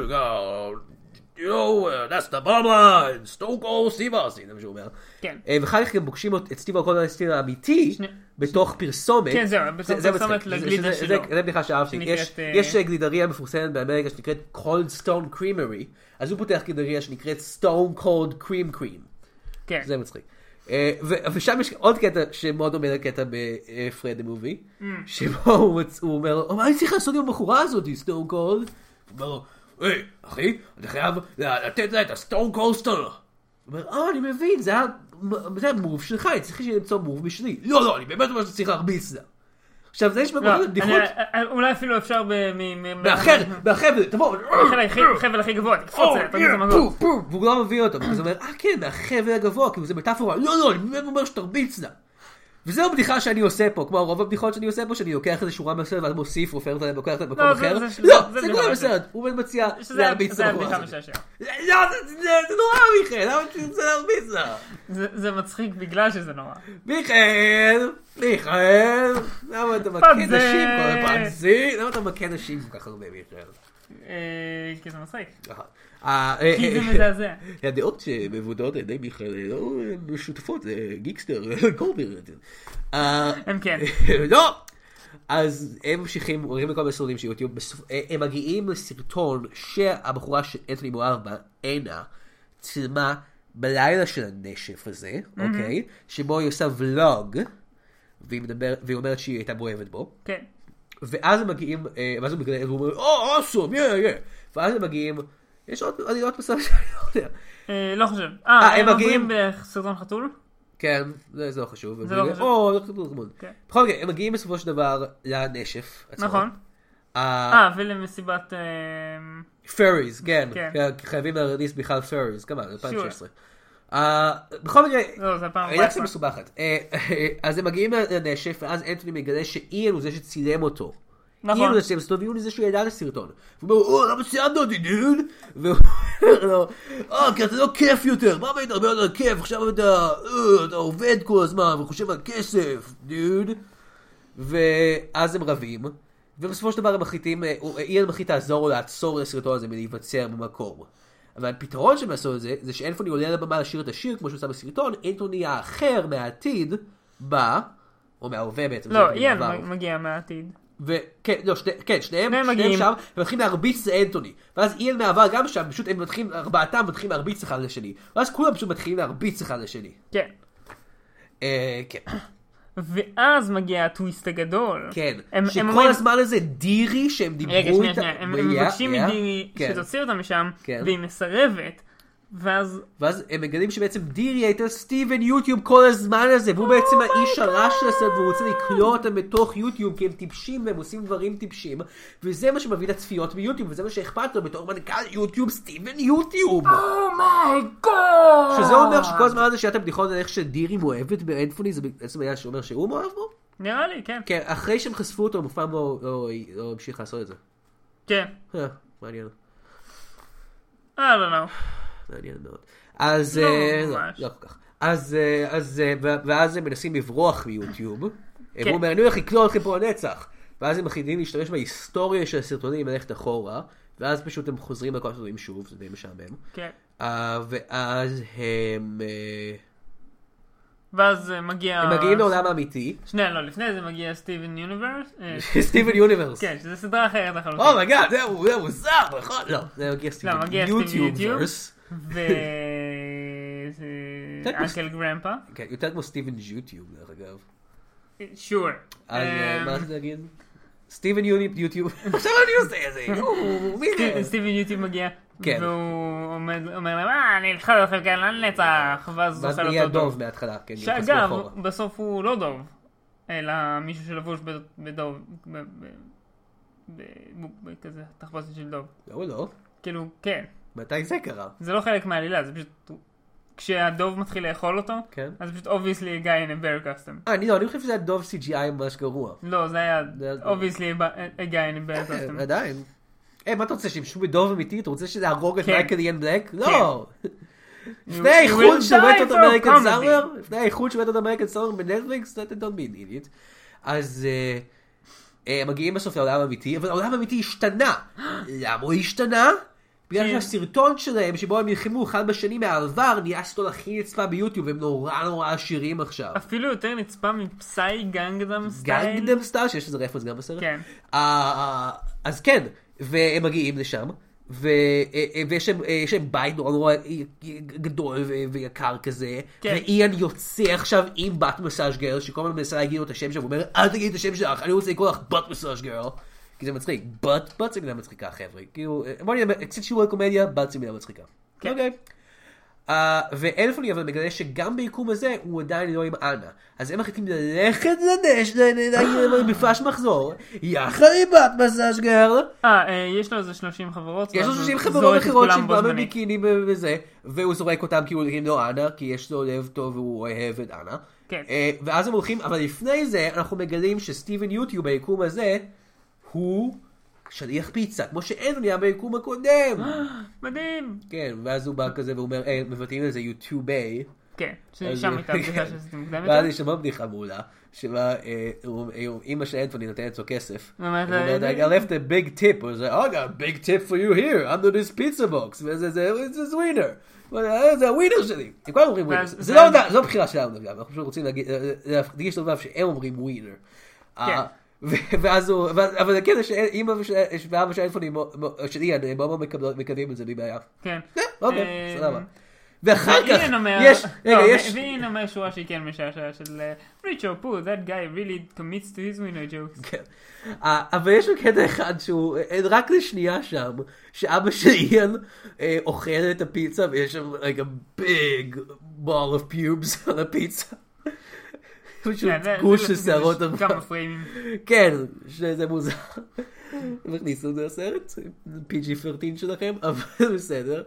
you know, uh, that's the bottom line, stone cold Steve Austin, זה מה שהוא אומר.
כן.
אה, ואחר כך גם פוגשים אותו- את סטיב אוקונר הסטיב האמיתי,
שני-
בתוך פרסומת.
כן, זהו, בתוך
זה- זה
פרסומת
מצחיק. זה-
לגלידה
שזה-
שלו.
זה- זה בדיחה שאהבתי.
שנקראת,
יש-
אה,
יש גלידריה מפורסמת באמריקה שנקראת Cold Stone Creamery, אז הוא פותח גלידריה שנקראת Stone Cold Cream Cream.
כן.
זה מצחיק. אה, ו- ושם יש עוד קטע שמאוד דומה לקטע בפרד המובי,
Mm.
שבו הוא מצ- הוא אומר, "אה, מה אני צריך לעשות עם הבחורה הזאת, סטון קולד? הוא אומר לו, היי, אחי, אני חייב ל- לתת לה את הסטון קולד סטונר. הוא אומר, אה, אני מבין, זה היה- מ- זה המוב שלך, אני צריך למצוא מוב בשלי. לא, לא, אני באמת אומר שצריך להרביץ לה. עכשיו, זה נשמע
לא,
כמו בדיחות.
אני- אה, אולי אפילו אפשר ב- מ- מ-
מהחבר'ה,
מ-
מהחבר'ה, תבואו.
החבל הכי-
Oh,
החבל הכי גבוה, תקפוץ עליה, תגיד את המקום.
פוף, פוף, והוא לא מבין אותו, אז הוא אומר, אה כן, מהחבל הגבוה, כאילו זה מטאפורה, לא, לא, אני באמת אומר שתרביץ לה. וזו בדיחה שאני עושה פה, כמו רוב הבדיחות שאני עושה פה, שאני לוקח איזה שורה מהסרט ואז מוסיף, הופך אותה למקום במקום
לא, זה-
אחר.
זה-
לא,
זה-
זה
זה בדיחה
קורה
אחרת.
בסרט, הוא באמת מציע
שזה-
להרביץ
זה
לבחורה
הבדיחה
הזאת.
משעשעת.
לא, זה- זה זה נורא, מיכאל, למה אתה רוצה להרביץ לה?
זה זה מצחיק בגלל שזה נורא.
מיכאל, מיכאל, למה אתה מכה
פנזל.
נשים כל הזמן? זי, למה אתה מכה נשים כל כך הרבה, מיכאל?
אה, כי זה מצחיק.
אה, אה,
כי זה
אה,
מזעזע.
הדעות שמבודדות על ידי מיכאל לא משותפות, זה גיקסטר, קורפירט.
הם כן.
לא! אז הם ממשיכים, עוברים לכל מיני סרטונים של יוטיוב, בסופ- אה, הם מגיעים לסרטון שהבחורה שאנתוני מואב בה, אינה, צילמה בלילה של הנשף הזה, אוקיי? שבו היא עושה ולוג, והיא מדברת- והיא אומרת שהיא הייתה מאוהבת בו.
כן.
ואז הם מגיעים, אה, ואז הם מגיעים, והוא אומר, "Oh, או, אוסום, יא, יא. ואז הם מגיעים, יש עוד, אני עוד מסרט שאני לא יודע.
אה, לא חושב.
אה,
אה,
הם
הם
מגיעים-
עוברים בסרטון חתול?
כן, זה, זה לא חשוב.
זה לא
הם-
חשוב.
או, זה חשוב לחמוד.
כן.
בכל מקרה, הם מגיעים בסופו של דבר לנשף. עצמו.
נכון.
ה-
אה, ולמסיבת... אה,
פריז, כן.
כן.
כן, חייבים להרניס בכלל פריז, כמה, 2016.
Sure.
אה, בכל מקרה,
לא, זה פעם
אני רק קצת
הבאה.
מסובכת. אה, אז הם מגיעים לנשף, ואז אנטוני מגלה שאיין הוא זה שצילם אותו.
נכון.
איין הוא זה שצילם אותו, ואיון הוא זה שהוא ידע על הסרטון. הוא אומר, או, למה ציינת אותי, דוד? והוא אומר לו, אה, כי אתה לא כיף יותר, מה היית הרבה יותר כיף, עכשיו אתה אה, אתה עובד כל הזמן וחושב על כסף, דוד. ואז הם רבים, ובסופו של דבר הם מחליטים, אה, הוא- אה, איין מחליט לעזור לו לעצור את הסרטון הזה מלהיווצר במקור. אבל הפתרון שהם עשו את זה, זה שאנתוני עולה לבמה לשיר את השיר כמו שהוא עושה בסרטון, אנתוני האחר מהעתיד בא, או מההווה בעצם. זה
לא,
כאילו
איין
מהעבר.
מ- מגיע מהעתיד.
וכן, לא, שני, כן, שניהם,
שניהם
שניהם
מגיעים.
שם, הם מתחילים להרביץ לאנטוני. ואז איין מהעבר גם שם, פשוט הם מתחילים, ארבעתם מתחילים להרביץ אחד לשני. ואז כולם פשוט מתחילים להרביץ אחד לשני.
כן.
אה, כן,
ואז מגיע הטוויסט הגדול.
כן.
הם- הם
שכל
אומרים-
הזמן הזה דירי שהם דיברו
רגע, שנייה,
איתה-
שנייה. הם
ו-
הם
yeah,
מבקשים
yeah,
מדירי
כן.
שתוציא אותם משם,
כן.
והיא מסרבת. ואז
ואז הם מגלים שבעצם דירי הייתה סטיבן יוטיוב כל הזמן הזה, והוא בעצם האיש הרע של הסרט, והוא רוצה לקלוע אותם בתוך יוטיוב, כי הם טיפשים והם עושים דברים טיפשים, וזה מה שמביא לצפיות ביוטיוב, וזה מה שאכפת לו בתור מנכ"ל יוטיוב, סטיבן יוטיוב!
אומייגוד!
שזה אומר שכל הזמן הזה שהיה את הבדיחות על איך שדירי מאוהבת באנפוני, זה בעצם היה שאומר שהוא מאוהב בו?
נראה לי, כן.
כן, אחרי שהם חשפו אותו, הם אף פעם לא- לא לא המשיך לעשות את זה.
כן. אה,
אה, מעניין,
I don't know.
מעניין מאוד. אז...
לא,
אה,
ממש.
לא כל כך. אז, אה, אז, אה, ו- ואז הם מנסים לברוח מיוטיוב.
כן.
והוא אומר, אני הולך לקלוע אתכם פה לנצח. ואז הם מחליטים להשתמש בהיסטוריה של הסרטונים, ללכת אחורה, ואז פשוט הם חוזרים לכל הסרטונים שוב, זה די משעמם.
כן.
אה, ואז הם... אה,
ואז אה, מגיע...
הם מגיעים לעולם האמיתי,
שנייה, לא, לפני זה מגיע סטיבן יוניברס. אה,
סטיבן יוניברס. Oh
כן, שזה סדרה אחרת לחלוטין.
אומייגאד, זהו, זהו, זר, נכון? לא, זה מגיע
לא, מגיע
סטיבן
סטיב
יוטיוברס.
ו... זה-
זה כמו
אנקל גרמפה.
כן, יותר כמו סטיבן יוטיוב, דרך אגב.
שור. אמ,
אז אה, מה זה להגיד? סטיבן יוני- יוטיוב. עכשיו אני עושה את זה, יואו, מי זה?
סטיבן יוטיוב מגיע.
כן.
והוא עומד- אומר להם, אה, אני אלחם לכם כאן לנצח. ואז
ואז
אוכל
נהיה
אותו
דוב
דוב.
מההתחלה, כן, נכנסו
שאגב,
אחורה.
בסוף הוא לא דוב. אלא מישהו שלבוש בד- בדוב. ב- ב- ב- בכזה תחפושת של דוב.
לא, לא.
כאילו, כן.
מתי זה קרה?
זה לא חלק מהעלילה, זה פשוט... כשהדוב מתחיל לאכול אותו,
כן.
אז פשוט obviously a guy in a bear custom.
אה, אני לא, אני חושב שזה היה דוב CGI ממש גרוע.
לא, זה היה
זה היה-
obviously a guy in a bear
אה,
custom.
עדיין. היי, מה אתה רוצה, שימשו בדוב אמיתי? אתה רוצה שזה יהרוג את
כן.
מייקל איין בלק? לא! לפני
You
האיחוד
will
שמת
die
אותו
from
אמריקן
comedy.
סאמר, לפני האיחוד שמת אותו אמריקן סאמר בנטפליקס, אתה don't be an idiot. אז אה, אה, מגיעים בסוף לעולם האמיתי, אבל העולם האמיתי השתנה. למה הוא השתנה? בגלל
כן.
שהסרטון שלהם, שבו הם נלחמו אחד בשני מהעבר, נהיה הסרטון הכי נצפה ביוטיוב, הם נורא נורא עשירים עכשיו.
אפילו יותר נצפה מפסאי גנגדם סטייל.
גנגדם סטאר, שיש לזה רפרנס גם בסרט.
כן.
אה, אז כן, והם מגיעים לשם, ו- אה, אה, ויש להם- אה, יש להם בית נורא נורא אה, גדול ו- ויקר כזה,
כן.
ואיאן יוצא עכשיו עם בת מסאז' גרל, שכל הזמן מנסה להגיד לו את השם שלו, והוא אומר, אל תגיד את השם שלך, אני רוצה לקרוא לך בת מסאז' גרל. כי זה מצחיק, בת, בת זה מילה מצחיקה חבר'ה, כאילו, אה, בוא נדבר, קצת שיעורי קומדיה, בת זה מילה מצחיקה.
כן.
אוקיי. Uh, ואלפוני אבל מגלה שגם ביקום הזה הוא עדיין לא עם אנה. אז הם מחליטים ללכת לדש, למפלש מחזור, יחד עם בת מסאז' גרל,
אה, אה, יש לו איזה 30 חברות.
יש לו
ואז
30
הוא
חברות
אה, זורק את
אחרות
כולם
שהם
בו
גם
זמנית.
בביקינים וזה, והוא זורק אותם כאילו נראים לו אנה, כי יש לו לב טוב והוא אוהב את אנה.
כן.
אה, ואז הם הולכים, אבל לפני זה אנחנו מגלים שסטיבן יוטיוב ביקום הזה, הוא שליח פיצה, כמו שאלפוני היה ביקום הקודם.
מדהים.
כן, ואז הוא בא כזה ואומר, "אה, מבטאים את זה יוטיובי.
כן,
אז- כן.
ששם הייתה הבדיחה שעשיתי מוקדם
ואז
יותר.
יש שם עוד בדיחה מעולה, שבה אה, הוא- הוא- אימא של אנטוני נותנת לו כסף.
היא אומרת, "אה,
היא אומרת, I left a big tip, הוא אומר, I got a big tip for you here, under this pizza box, וזה זה, it's this winner. הוא אומר, "אה, זה הווינר שלי. הם כולם אומרים ווינר.
ואז-
זה
ואז-
לא הודעה- זו בחירה שלנו אגב, אנחנו פשוט רוצים להגיד- אה, להדגיש את העובדה שהם אומרים ווינר.
כן.
אה, ו- ואז הוא, ואז- אבל זה כן, שאימא ושל- ואבא של אנטוני, מו- מו- של איאן, הם מאוד מאוד מקבלות- מקבלים את זה בלי בעיה.
כן.
כן, אוקיי,
אה,
סבבה. ואחר כך,
ואיין אומר,
יש,
לא,
רגע,
ו-
יש,
ואיין אומר שורה שהיא כן משעשעה של ריצ'ו פו, that guy really commits to his winner jokes.
כן. אה, אבל יש לו קטע אחד שהוא אה, רק לשנייה שם, שאבא של איאן אה, אוכל את הפיצה ויש שם like a big ball of pubes על הפיצה. פשוט
כן, זה-
גוש
זה-
של
זה-
שערות
זה-
עבר.
כמה פריימים.
כן, שזה מוזר. הם הכניסו את זה לסרט, PG-13 שלכם, אבל בסדר.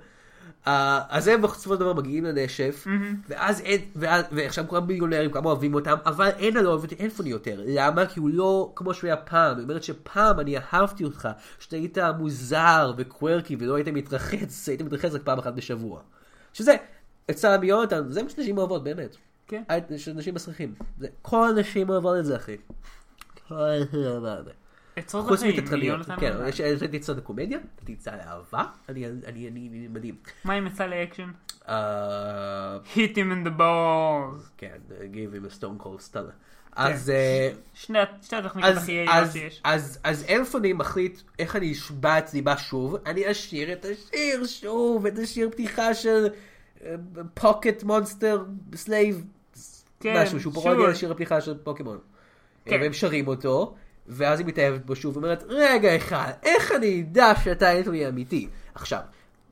אה, אז הם בסופו של דבר מגיעים לנשף, ואז אין, ואז- ועכשיו כולם מיליונרים, כולם אוהבים אותם, אבל אין אני לא אוהבת את אנפוני יותר. למה? כי הוא לא כמו שהוא היה פעם. היא אומרת שפעם אני אהבתי אותך, שאתה היית מוזר וקוורקי ולא היית מתרחץ, היית מתרחץ רק פעם אחת בשבוע. שזה, אצל מיונתן, זה מה שנשים אוהבות, באמת.
כן.
אה, של נשים מסריחים. זה- כל הנשים אוהבות את זה, אחי. כל הדבר הזה.
עצות
חוץ
לחיים,
מקטרניות,
יונתן
כן,
מזל.
יש יש לי ניצון לקומדיה, ניצון לאהבה, אני, אני, אני, אני מדהים.
מה עם עצה לאקשן?
אה,
hit him in the balls.
כן, give him a stone cold stunner. אז, אה,
שני שתי התוכניות
אז,
הכי יעילות
אז,
שיש.
אז, אז אלפוני מחליט איך אני אשבע את ליבה שוב, אני אשיר את השיר שוב, את השיר פתיחה של אה, פוקט מונסטר סלייב,
כן,
משהו שהוא
שוב.
פרודיה לשיר הפתיחה של פוקימון.
כן.
והם שרים אותו, ואז היא מתאהבת בו שוב ואומרת, רגע אחד, איך אני אדע שאתה אנטוני אמיתי? עכשיו,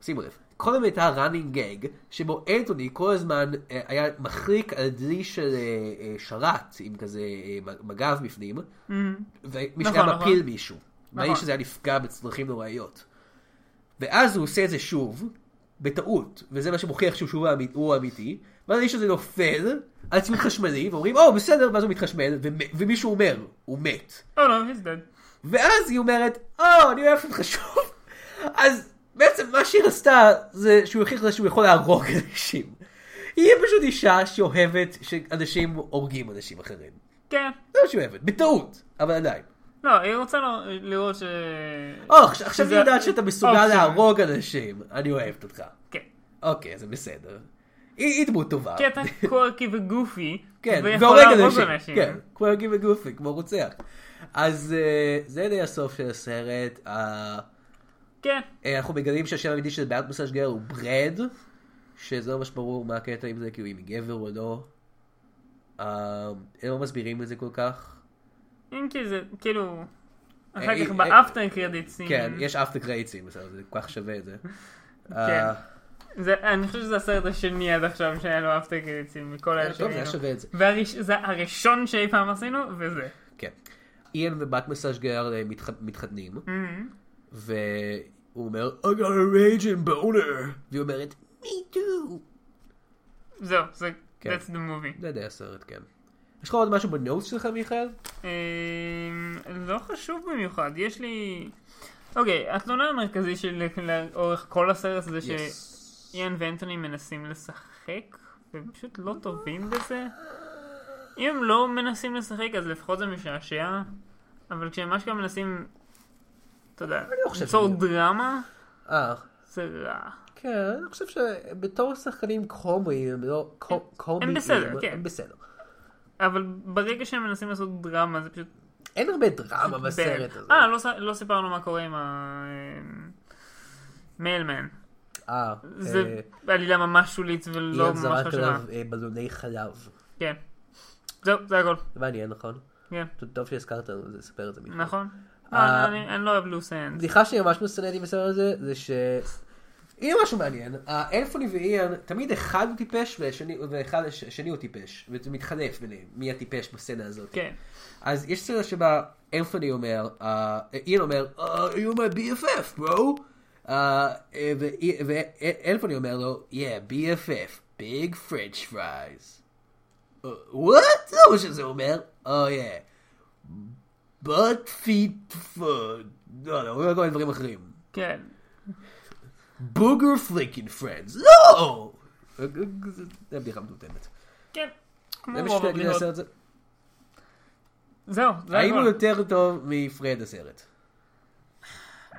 שימו לב, קודם הייתה ראנינג גג, שבו אנטוני כל הזמן אה, היה מחריק על דלי של אה, אה, שרת, עם כזה אה, מג"ב בפנים, ומישהו היה
נכון, נכון.
מפיל מישהו. והאיש
נכון.
הזה היה נפגע בצרכים נוראיות. ואז הוא עושה את זה שוב, בטעות, וזה מה שמוכיח שהוא שוב האמי- הוא האמיתי, ואז האיש הזה נופל על ציוד חשמלי, ואומרים, או, בסדר, ואז הוא מתחשמל, ומ- ומישהו אומר, הוא מת.
Oh no, he's dead.
ואז היא אומרת, או, אני אוהבת אותך שוב. אז בעצם מה שהיא עשתה, זה שהוא הכריח לזה שהוא יכול להרוג אנשים. היא פשוט אישה שאוהבת שאנשים הורגים אנשים אחרים.
כן.
זה מה שהיא אוהבת, בטעות, אבל עדיין.
לא, היא רוצה ל- לראות ש...
או, עכשיו- עכשיו
שזה-
היא יודעת שאתה מסוגל
אופציה.
להרוג אנשים, אני אוהבת אותך.
כן.
אוקיי, זה בסדר. היא היא דמות טובה.
כי אתה קורקי כן. וגופי,
כן,
ויכול
והורג
להרוג
אנשים.
אנשים.
כן, כמו הגימי גופי, כמו רוצח. אז אה, זה די הסוף של הסרט. אה,
כן.
אה, אנחנו מגלים שהשם האמיתי של בעיית מוסש גר הוא ברד, שזה לא ממש ברור מה הקטע עם זה, כאילו אם היא גבר או לא. אה, הם לא מסבירים את זה כל כך.
אם כי זה, כאילו... אחר
אה,
כך
אה,
באפטר קרדיטסים.
כן, יש אף תקרייצים, בסדר, זה כל כך שווה את זה.
כן.
אה,
אני חושב שזה הסרט השני עד עכשיו שהיה לו אפטר קרדיטסים מכל אלה
אה, טוב, זה היה
שראינו.
שווה את זה.
וזה הראשון שאי פעם עשינו, וזה.
כן. איין ובת מסאז'גר אה, מתח... מתחתנים, Mm-hmm. והוא אומר, I got a rage and boner, והיא אומרת, me too.
זהו, זה...
כן.
That's the movie.
זה די הסרט, כן. יש לך עוד משהו בנוטס שלך, מיכאל?
אמ, לא חשוב במיוחד, יש לי... אוקיי, התלונה המרכזית שלי לאורך כל הסרט זה שאיין ואנטוני מנסים לשחק, והם פשוט לא טובים בזה. אם הם לא מנסים לשחק, אז לפחות זה משעשע, אבל כשהם אשכרה מנסים, אתה יודע,
לא חושב
ליצור
שזה-
דרמה,
אה,
זה רע.
כן, אני חושב שבתור שחקנים קומיים, הם לא קו- קומיים,
בסדר, כן.
הם בסדר.
אבל ברגע שהם מנסים לעשות דרמה, זה פשוט...
אין הרבה דרמה בסרט הזה.
אה, לא ס- לא סיפרנו מה קורה עם ה... אמ, מיילמן.
אה,
זה
אה,
עלילה ממש שולית ולא
איין
ממש
זרק
חשובה.
עליו אה, בלוני חלב.
כן. זהו, זה הכל.
זה מעניין, נכון?
כן.
טוב- טוב שהזכרת לנו, זה ספר את זה. מיכאל.
נכון?
אה,
לא, אני אני לא אוהב לוס אנד.
הבדיחה שאני ממש מסתנן עם הסרט הזה, זה ש... הנה משהו מעניין, האלפוני ואיאן, תמיד אחד הוא טיפש והשני, ואחד הש- השני הוא טיפש, וזה מתחלף ביניהם, מי הטיפש בסצנה הזאת.
כן.
אז יש סצנה שבה אלפוני אומר, אה, איאן אומר, "Uh, you're my BFF, bro. אה, ואי- ואלפוני אומר לו, yeah, BFF, big French fries. "Uh, what? זה לא מה שזה אומר, oh yeah. butt feet food. לא, לא, הוא אומר כל מיני דברים אחרים.
כן.
בוגר פליקינג פרנדס. לא! זה בדיחה מטומטמת.
כן. כמו
זה מה
רוב
ששתי הגיל
הבדיחות.
הסרט הזה.
זהו, זה נכון.
האם הוא
הכל.
יותר טוב מפרד הסרט?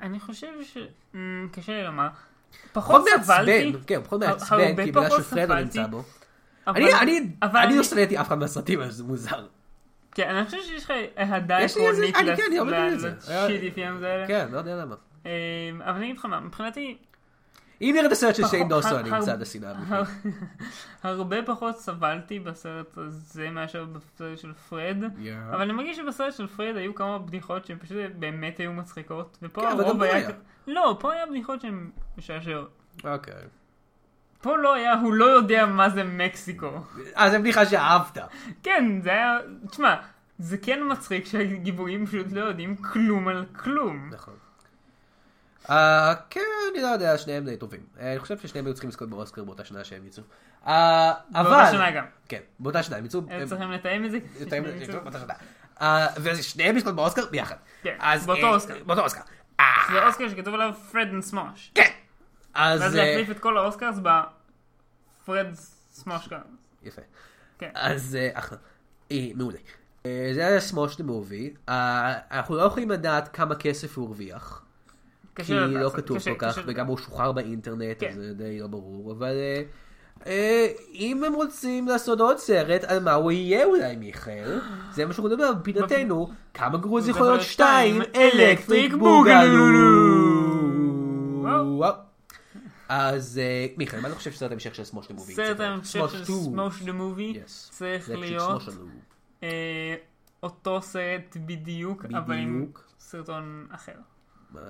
אני חושב ש... אמ, קשה לי לומר. פחות
לא- פחות
סבלתי.
מעצבן, כן, פחות מעצבן,
הרבה
כי בגלל
פחות
שפרד לא
סבלתי,
נמצא בו.
אבל-
אני, אני,
אבל
אני לא שנאתי אף אחד מהסרטים האלה, שזה מוזר.
כן, אני חושב שיש לך אהדה
יש לי איזה-
עקרונית
אני- כן, אני עובד על זה. היה-
לשיטיפיאם האלה.
כן, לא יודע למה.
אמ, אבל אני אגיד לך מה, מבחינתי,
אם נראה את הסרט של
פחות-
שיין דוסו,
הר-
אני
הר-
אמצא את השנאה. בפנים.
הר- הרבה פחות סבלתי בסרט הזה מאשר בסרט של פרד,
Yeah.
אבל אני מרגיש שבסרט של פרד היו כמה בדיחות שהן פשוט באמת היו מצחיקות, ופה
כן, אבל גם
הרוב
פה
היה...
היה.
לא, פה היה בדיחות שהן משעשעות.
אוקיי.
פה לא היה, הוא לא יודע מה זה מקסיקו.
אה, זו בדיחה שאהבת.
כן, זה היה... תשמע, זה כן מצחיק שהגיבורים פשוט לא יודעים כלום על כלום.
נכון. אה, כן, אני לא יודע, שניהם די טובים. אה, אני חושב ששניהם היו צריכים לזכות באוסקר באותה שנה שהם יצאו. אה, אבל...
באותה שנה גם.
כן, באותה שנה, הם יצאו...
הם
הם-
צריכים לתאם את זה.
יותר מדי, באותה שנה. אה, ושניהם יזכו באוסקר ביחד.
כן,
אז,
באותו
אה,
אוסקר.
באותו אוסקר. אה,
זה אוסקר שכתוב עליו פרד אנד סמוש.
כן.
ואז
אז... אה,
להחליף את כל האוסקרס בפרד סמושקה.
יפה.
כן.
אז אה, אחלה. אה, מעולה. אה, זה היה סמוש דה מובי. אנחנו לא יכולים לדעת כמה כסף הוא הרוויח. כי
קשה לדעת,
לא
זה
כתוב
קשה,
כל כך,
קשה.
וגם הוא שוחרר באינטרנט,
כן.
אז זה די לא ברור, אבל... אה, אה, אם הם רוצים לעשות עוד סרט, על מה הוא יהיה אולי מיכאל? זה מה שאנחנו נדבר, מבחינתנו, כמה גרוע זה יכול להיות שתיים, אלקטריק בוגלו! וואו. אז אה, מיכאל, מה אתה חושב שסרט המשך של סמוש דה מובי?
סרט ההמשך של סמוש דה מובי
Yes.
צריך להיות אה, אותו סרט בדיוק, אבל עם
בדיוק.
סרטון אחר.
מה-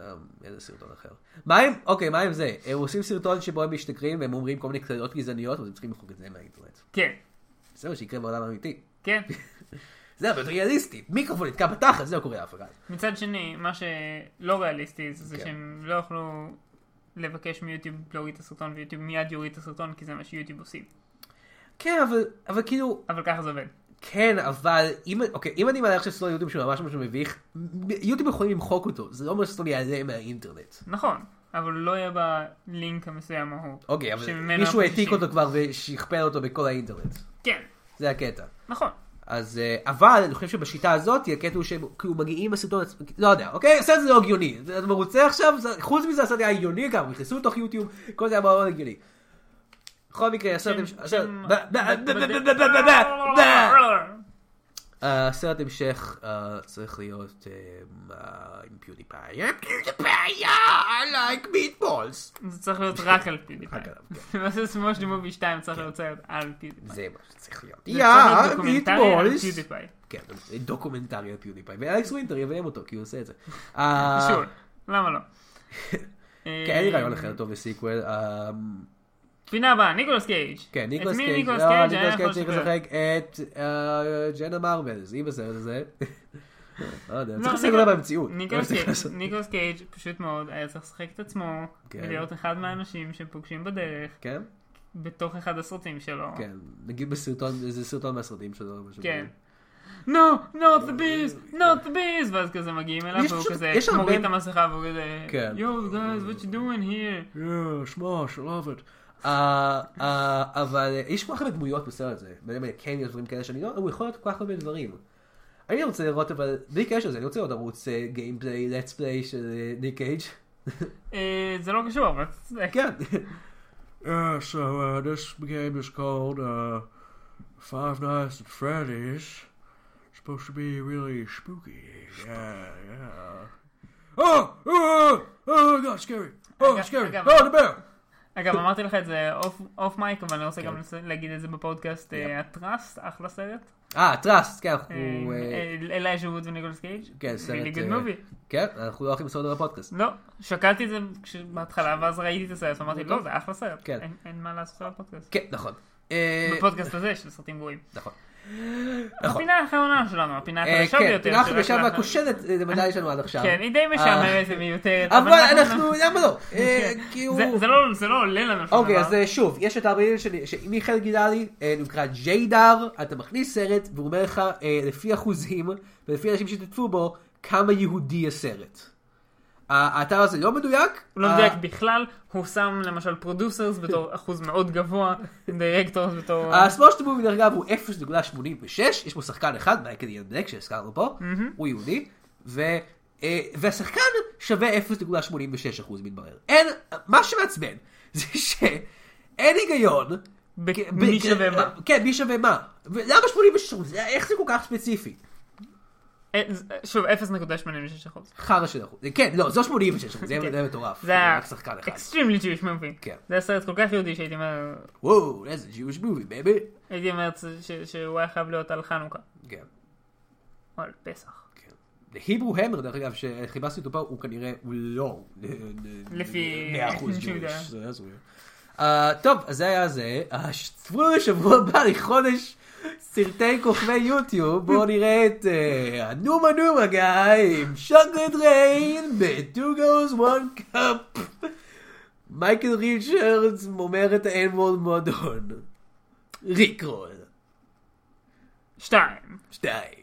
איזה סרטון אחר. מה עם, אוקיי, מה עם זה? הם עושים סרטון שבו הם משתכרים והם אומרים כל מיני קטנות גזעניות, אבל הם צריכים לחוק את זה מהאינטרנט.
כן,
זה מה שיקרה בעולם האמיתי.
כן.
זה הרבה יותר ריאליסטי. מיקרופון נתקע בתחת, זה לא קורה לאף אחד.
מצד שני, מה שלא ריאליסטי זה
כן.
זה שהם לא יכלו לבקש מיוטיוב להוריד את הסרטון ויוטיוב מיד יוריד את הסרטון כי זה מה שיוטיוב עושים.
כן, אבל, אבל כאילו,
אבל ככה זה עובד.
כן, אבל, אם, אוקיי, אם אני מעלה עכשיו סרטון יוטיוב שהוא ממש ממש מביך, מ- יוטיוב יכולים למחוק אותו, זה לא אומר שסרטון יעלה מהאינטרנט.
נכון, אבל לא יהיה בלינק המסוים ההוא.
אוקיי, אבל
שממנו
מישהו
אנחנו
העתיק
חוששים.
אותו כבר ושכפל אותו בכל האינטרנט.
כן,
זה הקטע.
נכון.
אז, אה, אבל אני חושב שבשיטה הזאת, הקטע הוא שהם כאילו מגיעים בסרטון, עצמו, לא יודע, אוקיי? הסרט זה לא הגיוני. זה- אתה מרוצה עכשיו? זה- חוץ מזה הסרט היה הגיוני גם, נכנסו לתוך יוטיוב, כל זה היה מאוד הגיוני. בכל מקרה,
כן,
הסרט... המש- הסרט- הסרט המשך אה, צריך להיות אה, אה, עם פיודיפיי. פיודיפיי, I like meatballs.
זה צריך להיות רק על פיודיפיי.
רק עליו, כן.
למעשה סמוש דה מובי 2 צריך להיות סרט על פיודיפיי.
זה מה שצריך להיות.
זה
יא,
צריך להיות דוקומנטרי על
meatballs.
פיודיפיי.
כן, דוקומנטרי על פיודיפיי. ואלכס ווינטר יביים אותו, כי הוא עושה את זה. אה,
שוב, למה לא?
כן, אין לי רעיון אחר טוב לסיקוול. אה,
פינה הבאה, ניקולס קייג'.
כן, ניקולס
את מי
קייג'.
ניקולס
לא,
קייג' היה
ניקולס
יכול
קייג' צריך
לשחרר?
לשחק את אה, ג'נה מרמלס, היא בסרט הזה. לא יודע, צריך
לא,
לשחק
ניקול-
אותה במציאות.
ניקולס קייג', ניקולס קייג' פשוט מאוד היה צריך לשחק את עצמו,
כן.
ולהיות אחד מהאנשים שפוגשים בדרך,
כן?
בתוך אחד הסרטים שלו.
כן, נגיד בסרטון, זה סרטון מהסרטים שלו. או משהו
כן.
כזה.
No, not the bees, not the bees, ואז כזה מגיעים אליו,
יש
והוא
פשוט-
כזה
יש הרבה-
מוריד את המסכה, והוא כזה,
כן.
יואו, guys, what you doing here?
אה, שמע, שלא עובד. אה, אה, אבל אה, יש כל כך הרבה דמויות בסרט הזה. באמת, כן, יש דברים כאלה שאני לא... הוא יכול להיות כל כך הרבה דברים. אני רוצה לראות, אבל בלי קשר לזה, אני רוצה לראות ערוץ גיימפליי, let's play של אה, ניק קייג'.
אה, זה לא קשור, אבל... זה-
כן.
Uh, so uh, this game is called uh, Five Nights at Freddy's. Supposed to be really spooky. Yeah, yeah. Oh, oh, oh, oh my God, scary! Oh,
got- I
scary!
got-
Oh, the bear!
אגב, אמרתי לך את זה אוף- אוף מייק, אבל אני רוצה
כן.
גם לס- להגיד את זה בפודקאסט, אה, הטראסט, אחלה סרט.
אה, טראסט, כן, אנחנו... כן. אה,
אלייז'ה ווד וניקולס קייג'.
כן, סרט...
really good
אה,
movie.
כן, אנחנו לא הולכים לעשות את זה בפודקאסט.
לא, שקלתי את זה כש- בהתחלה, ואז ראיתי את הסרט, ואמרתי, לא, זה אחלה סרט.
כן.
אין- אין מה לעשות על הפודקאסט.
כן, נכון. אה,
בפודקאסט הזה של סרטים גרועים.
נכון. נכון.
הפינה האחרונה שלנו, הפינה
אה,
החדשה
כן,
ביותר.
פינה
שרק
חדשה
אנחנו-
והכושלת, אה, למדי יש לנו עד עכשיו. אה,
כן, היא די משעממת ומיותרת.
אבל אנחנו, למה לא? אה,
כן.
כאילו...
זה- זה לא- זה לא עולה לנו שום
אוקיי, אז
דבר.
אה, שוב, יש את הארבעים שמיכאל גילה לי, אה, נקרא ג'יידר, אתה מכניס סרט, והוא אומר לך, אה, לפי אחוזים, ולפי אנשים שהשתתפו בו, כמה יהודי הסרט. ה- האתר הזה לא מדויק.
הוא לא
ה-
מדויק בכלל, הוא שם למשל פרודוסרס בתור אחוז מאוד גבוה, דירקטורס בתור...
הסמושט מובי דרך אגב הוא 0.86, יש בו שחקן אחד, מייקל יאן בלק שהזכרנו פה, הוא יהודי, ו- אה, והשחקן שווה 0.86% מתברר. אין, מה שמעצבן זה שאין היגיון.
ב-
כן,
מי
ב-
שווה מה.
כן, מי שווה מה. ולמה 86%? זה- איך זה כל כך ספציפי?
אה, שוב, 0.86 אחוז.
חרא של אחוז. כן, לא, זו 86%, זה
כן.
זה מטורף.
זה היה
רק שחקן אחד.
אקסטרימלי ג'ויש מובי.
כן.
זה היה סרט כל כך יהודי שהייתי אומר,
וואו, איזה Jewish movie, baby.
הייתי אומר ש- שהוא היה חייב להיות על חנוכה,
כן.
או על פסח.
היברו המר, דרך אגב, שחיפשתי אותו פה, הוא כנראה, הוא לא.
לפי-
100%
לפי שהוא יודע.
Jewish. זה היה זויה. אה, טוב, אז זה היה זה. אה, ש- צפו לנו שבוע הבא לחודש סרטי כוכבי יוטיוב. בואו נראה את אה, הנומה נומה גיא עם שוקלד ריין ב-2 goes one cup. מייקל ריצ'רדס אומר את האנמול מועדון. ריקרול.
שתיים.
שתיים.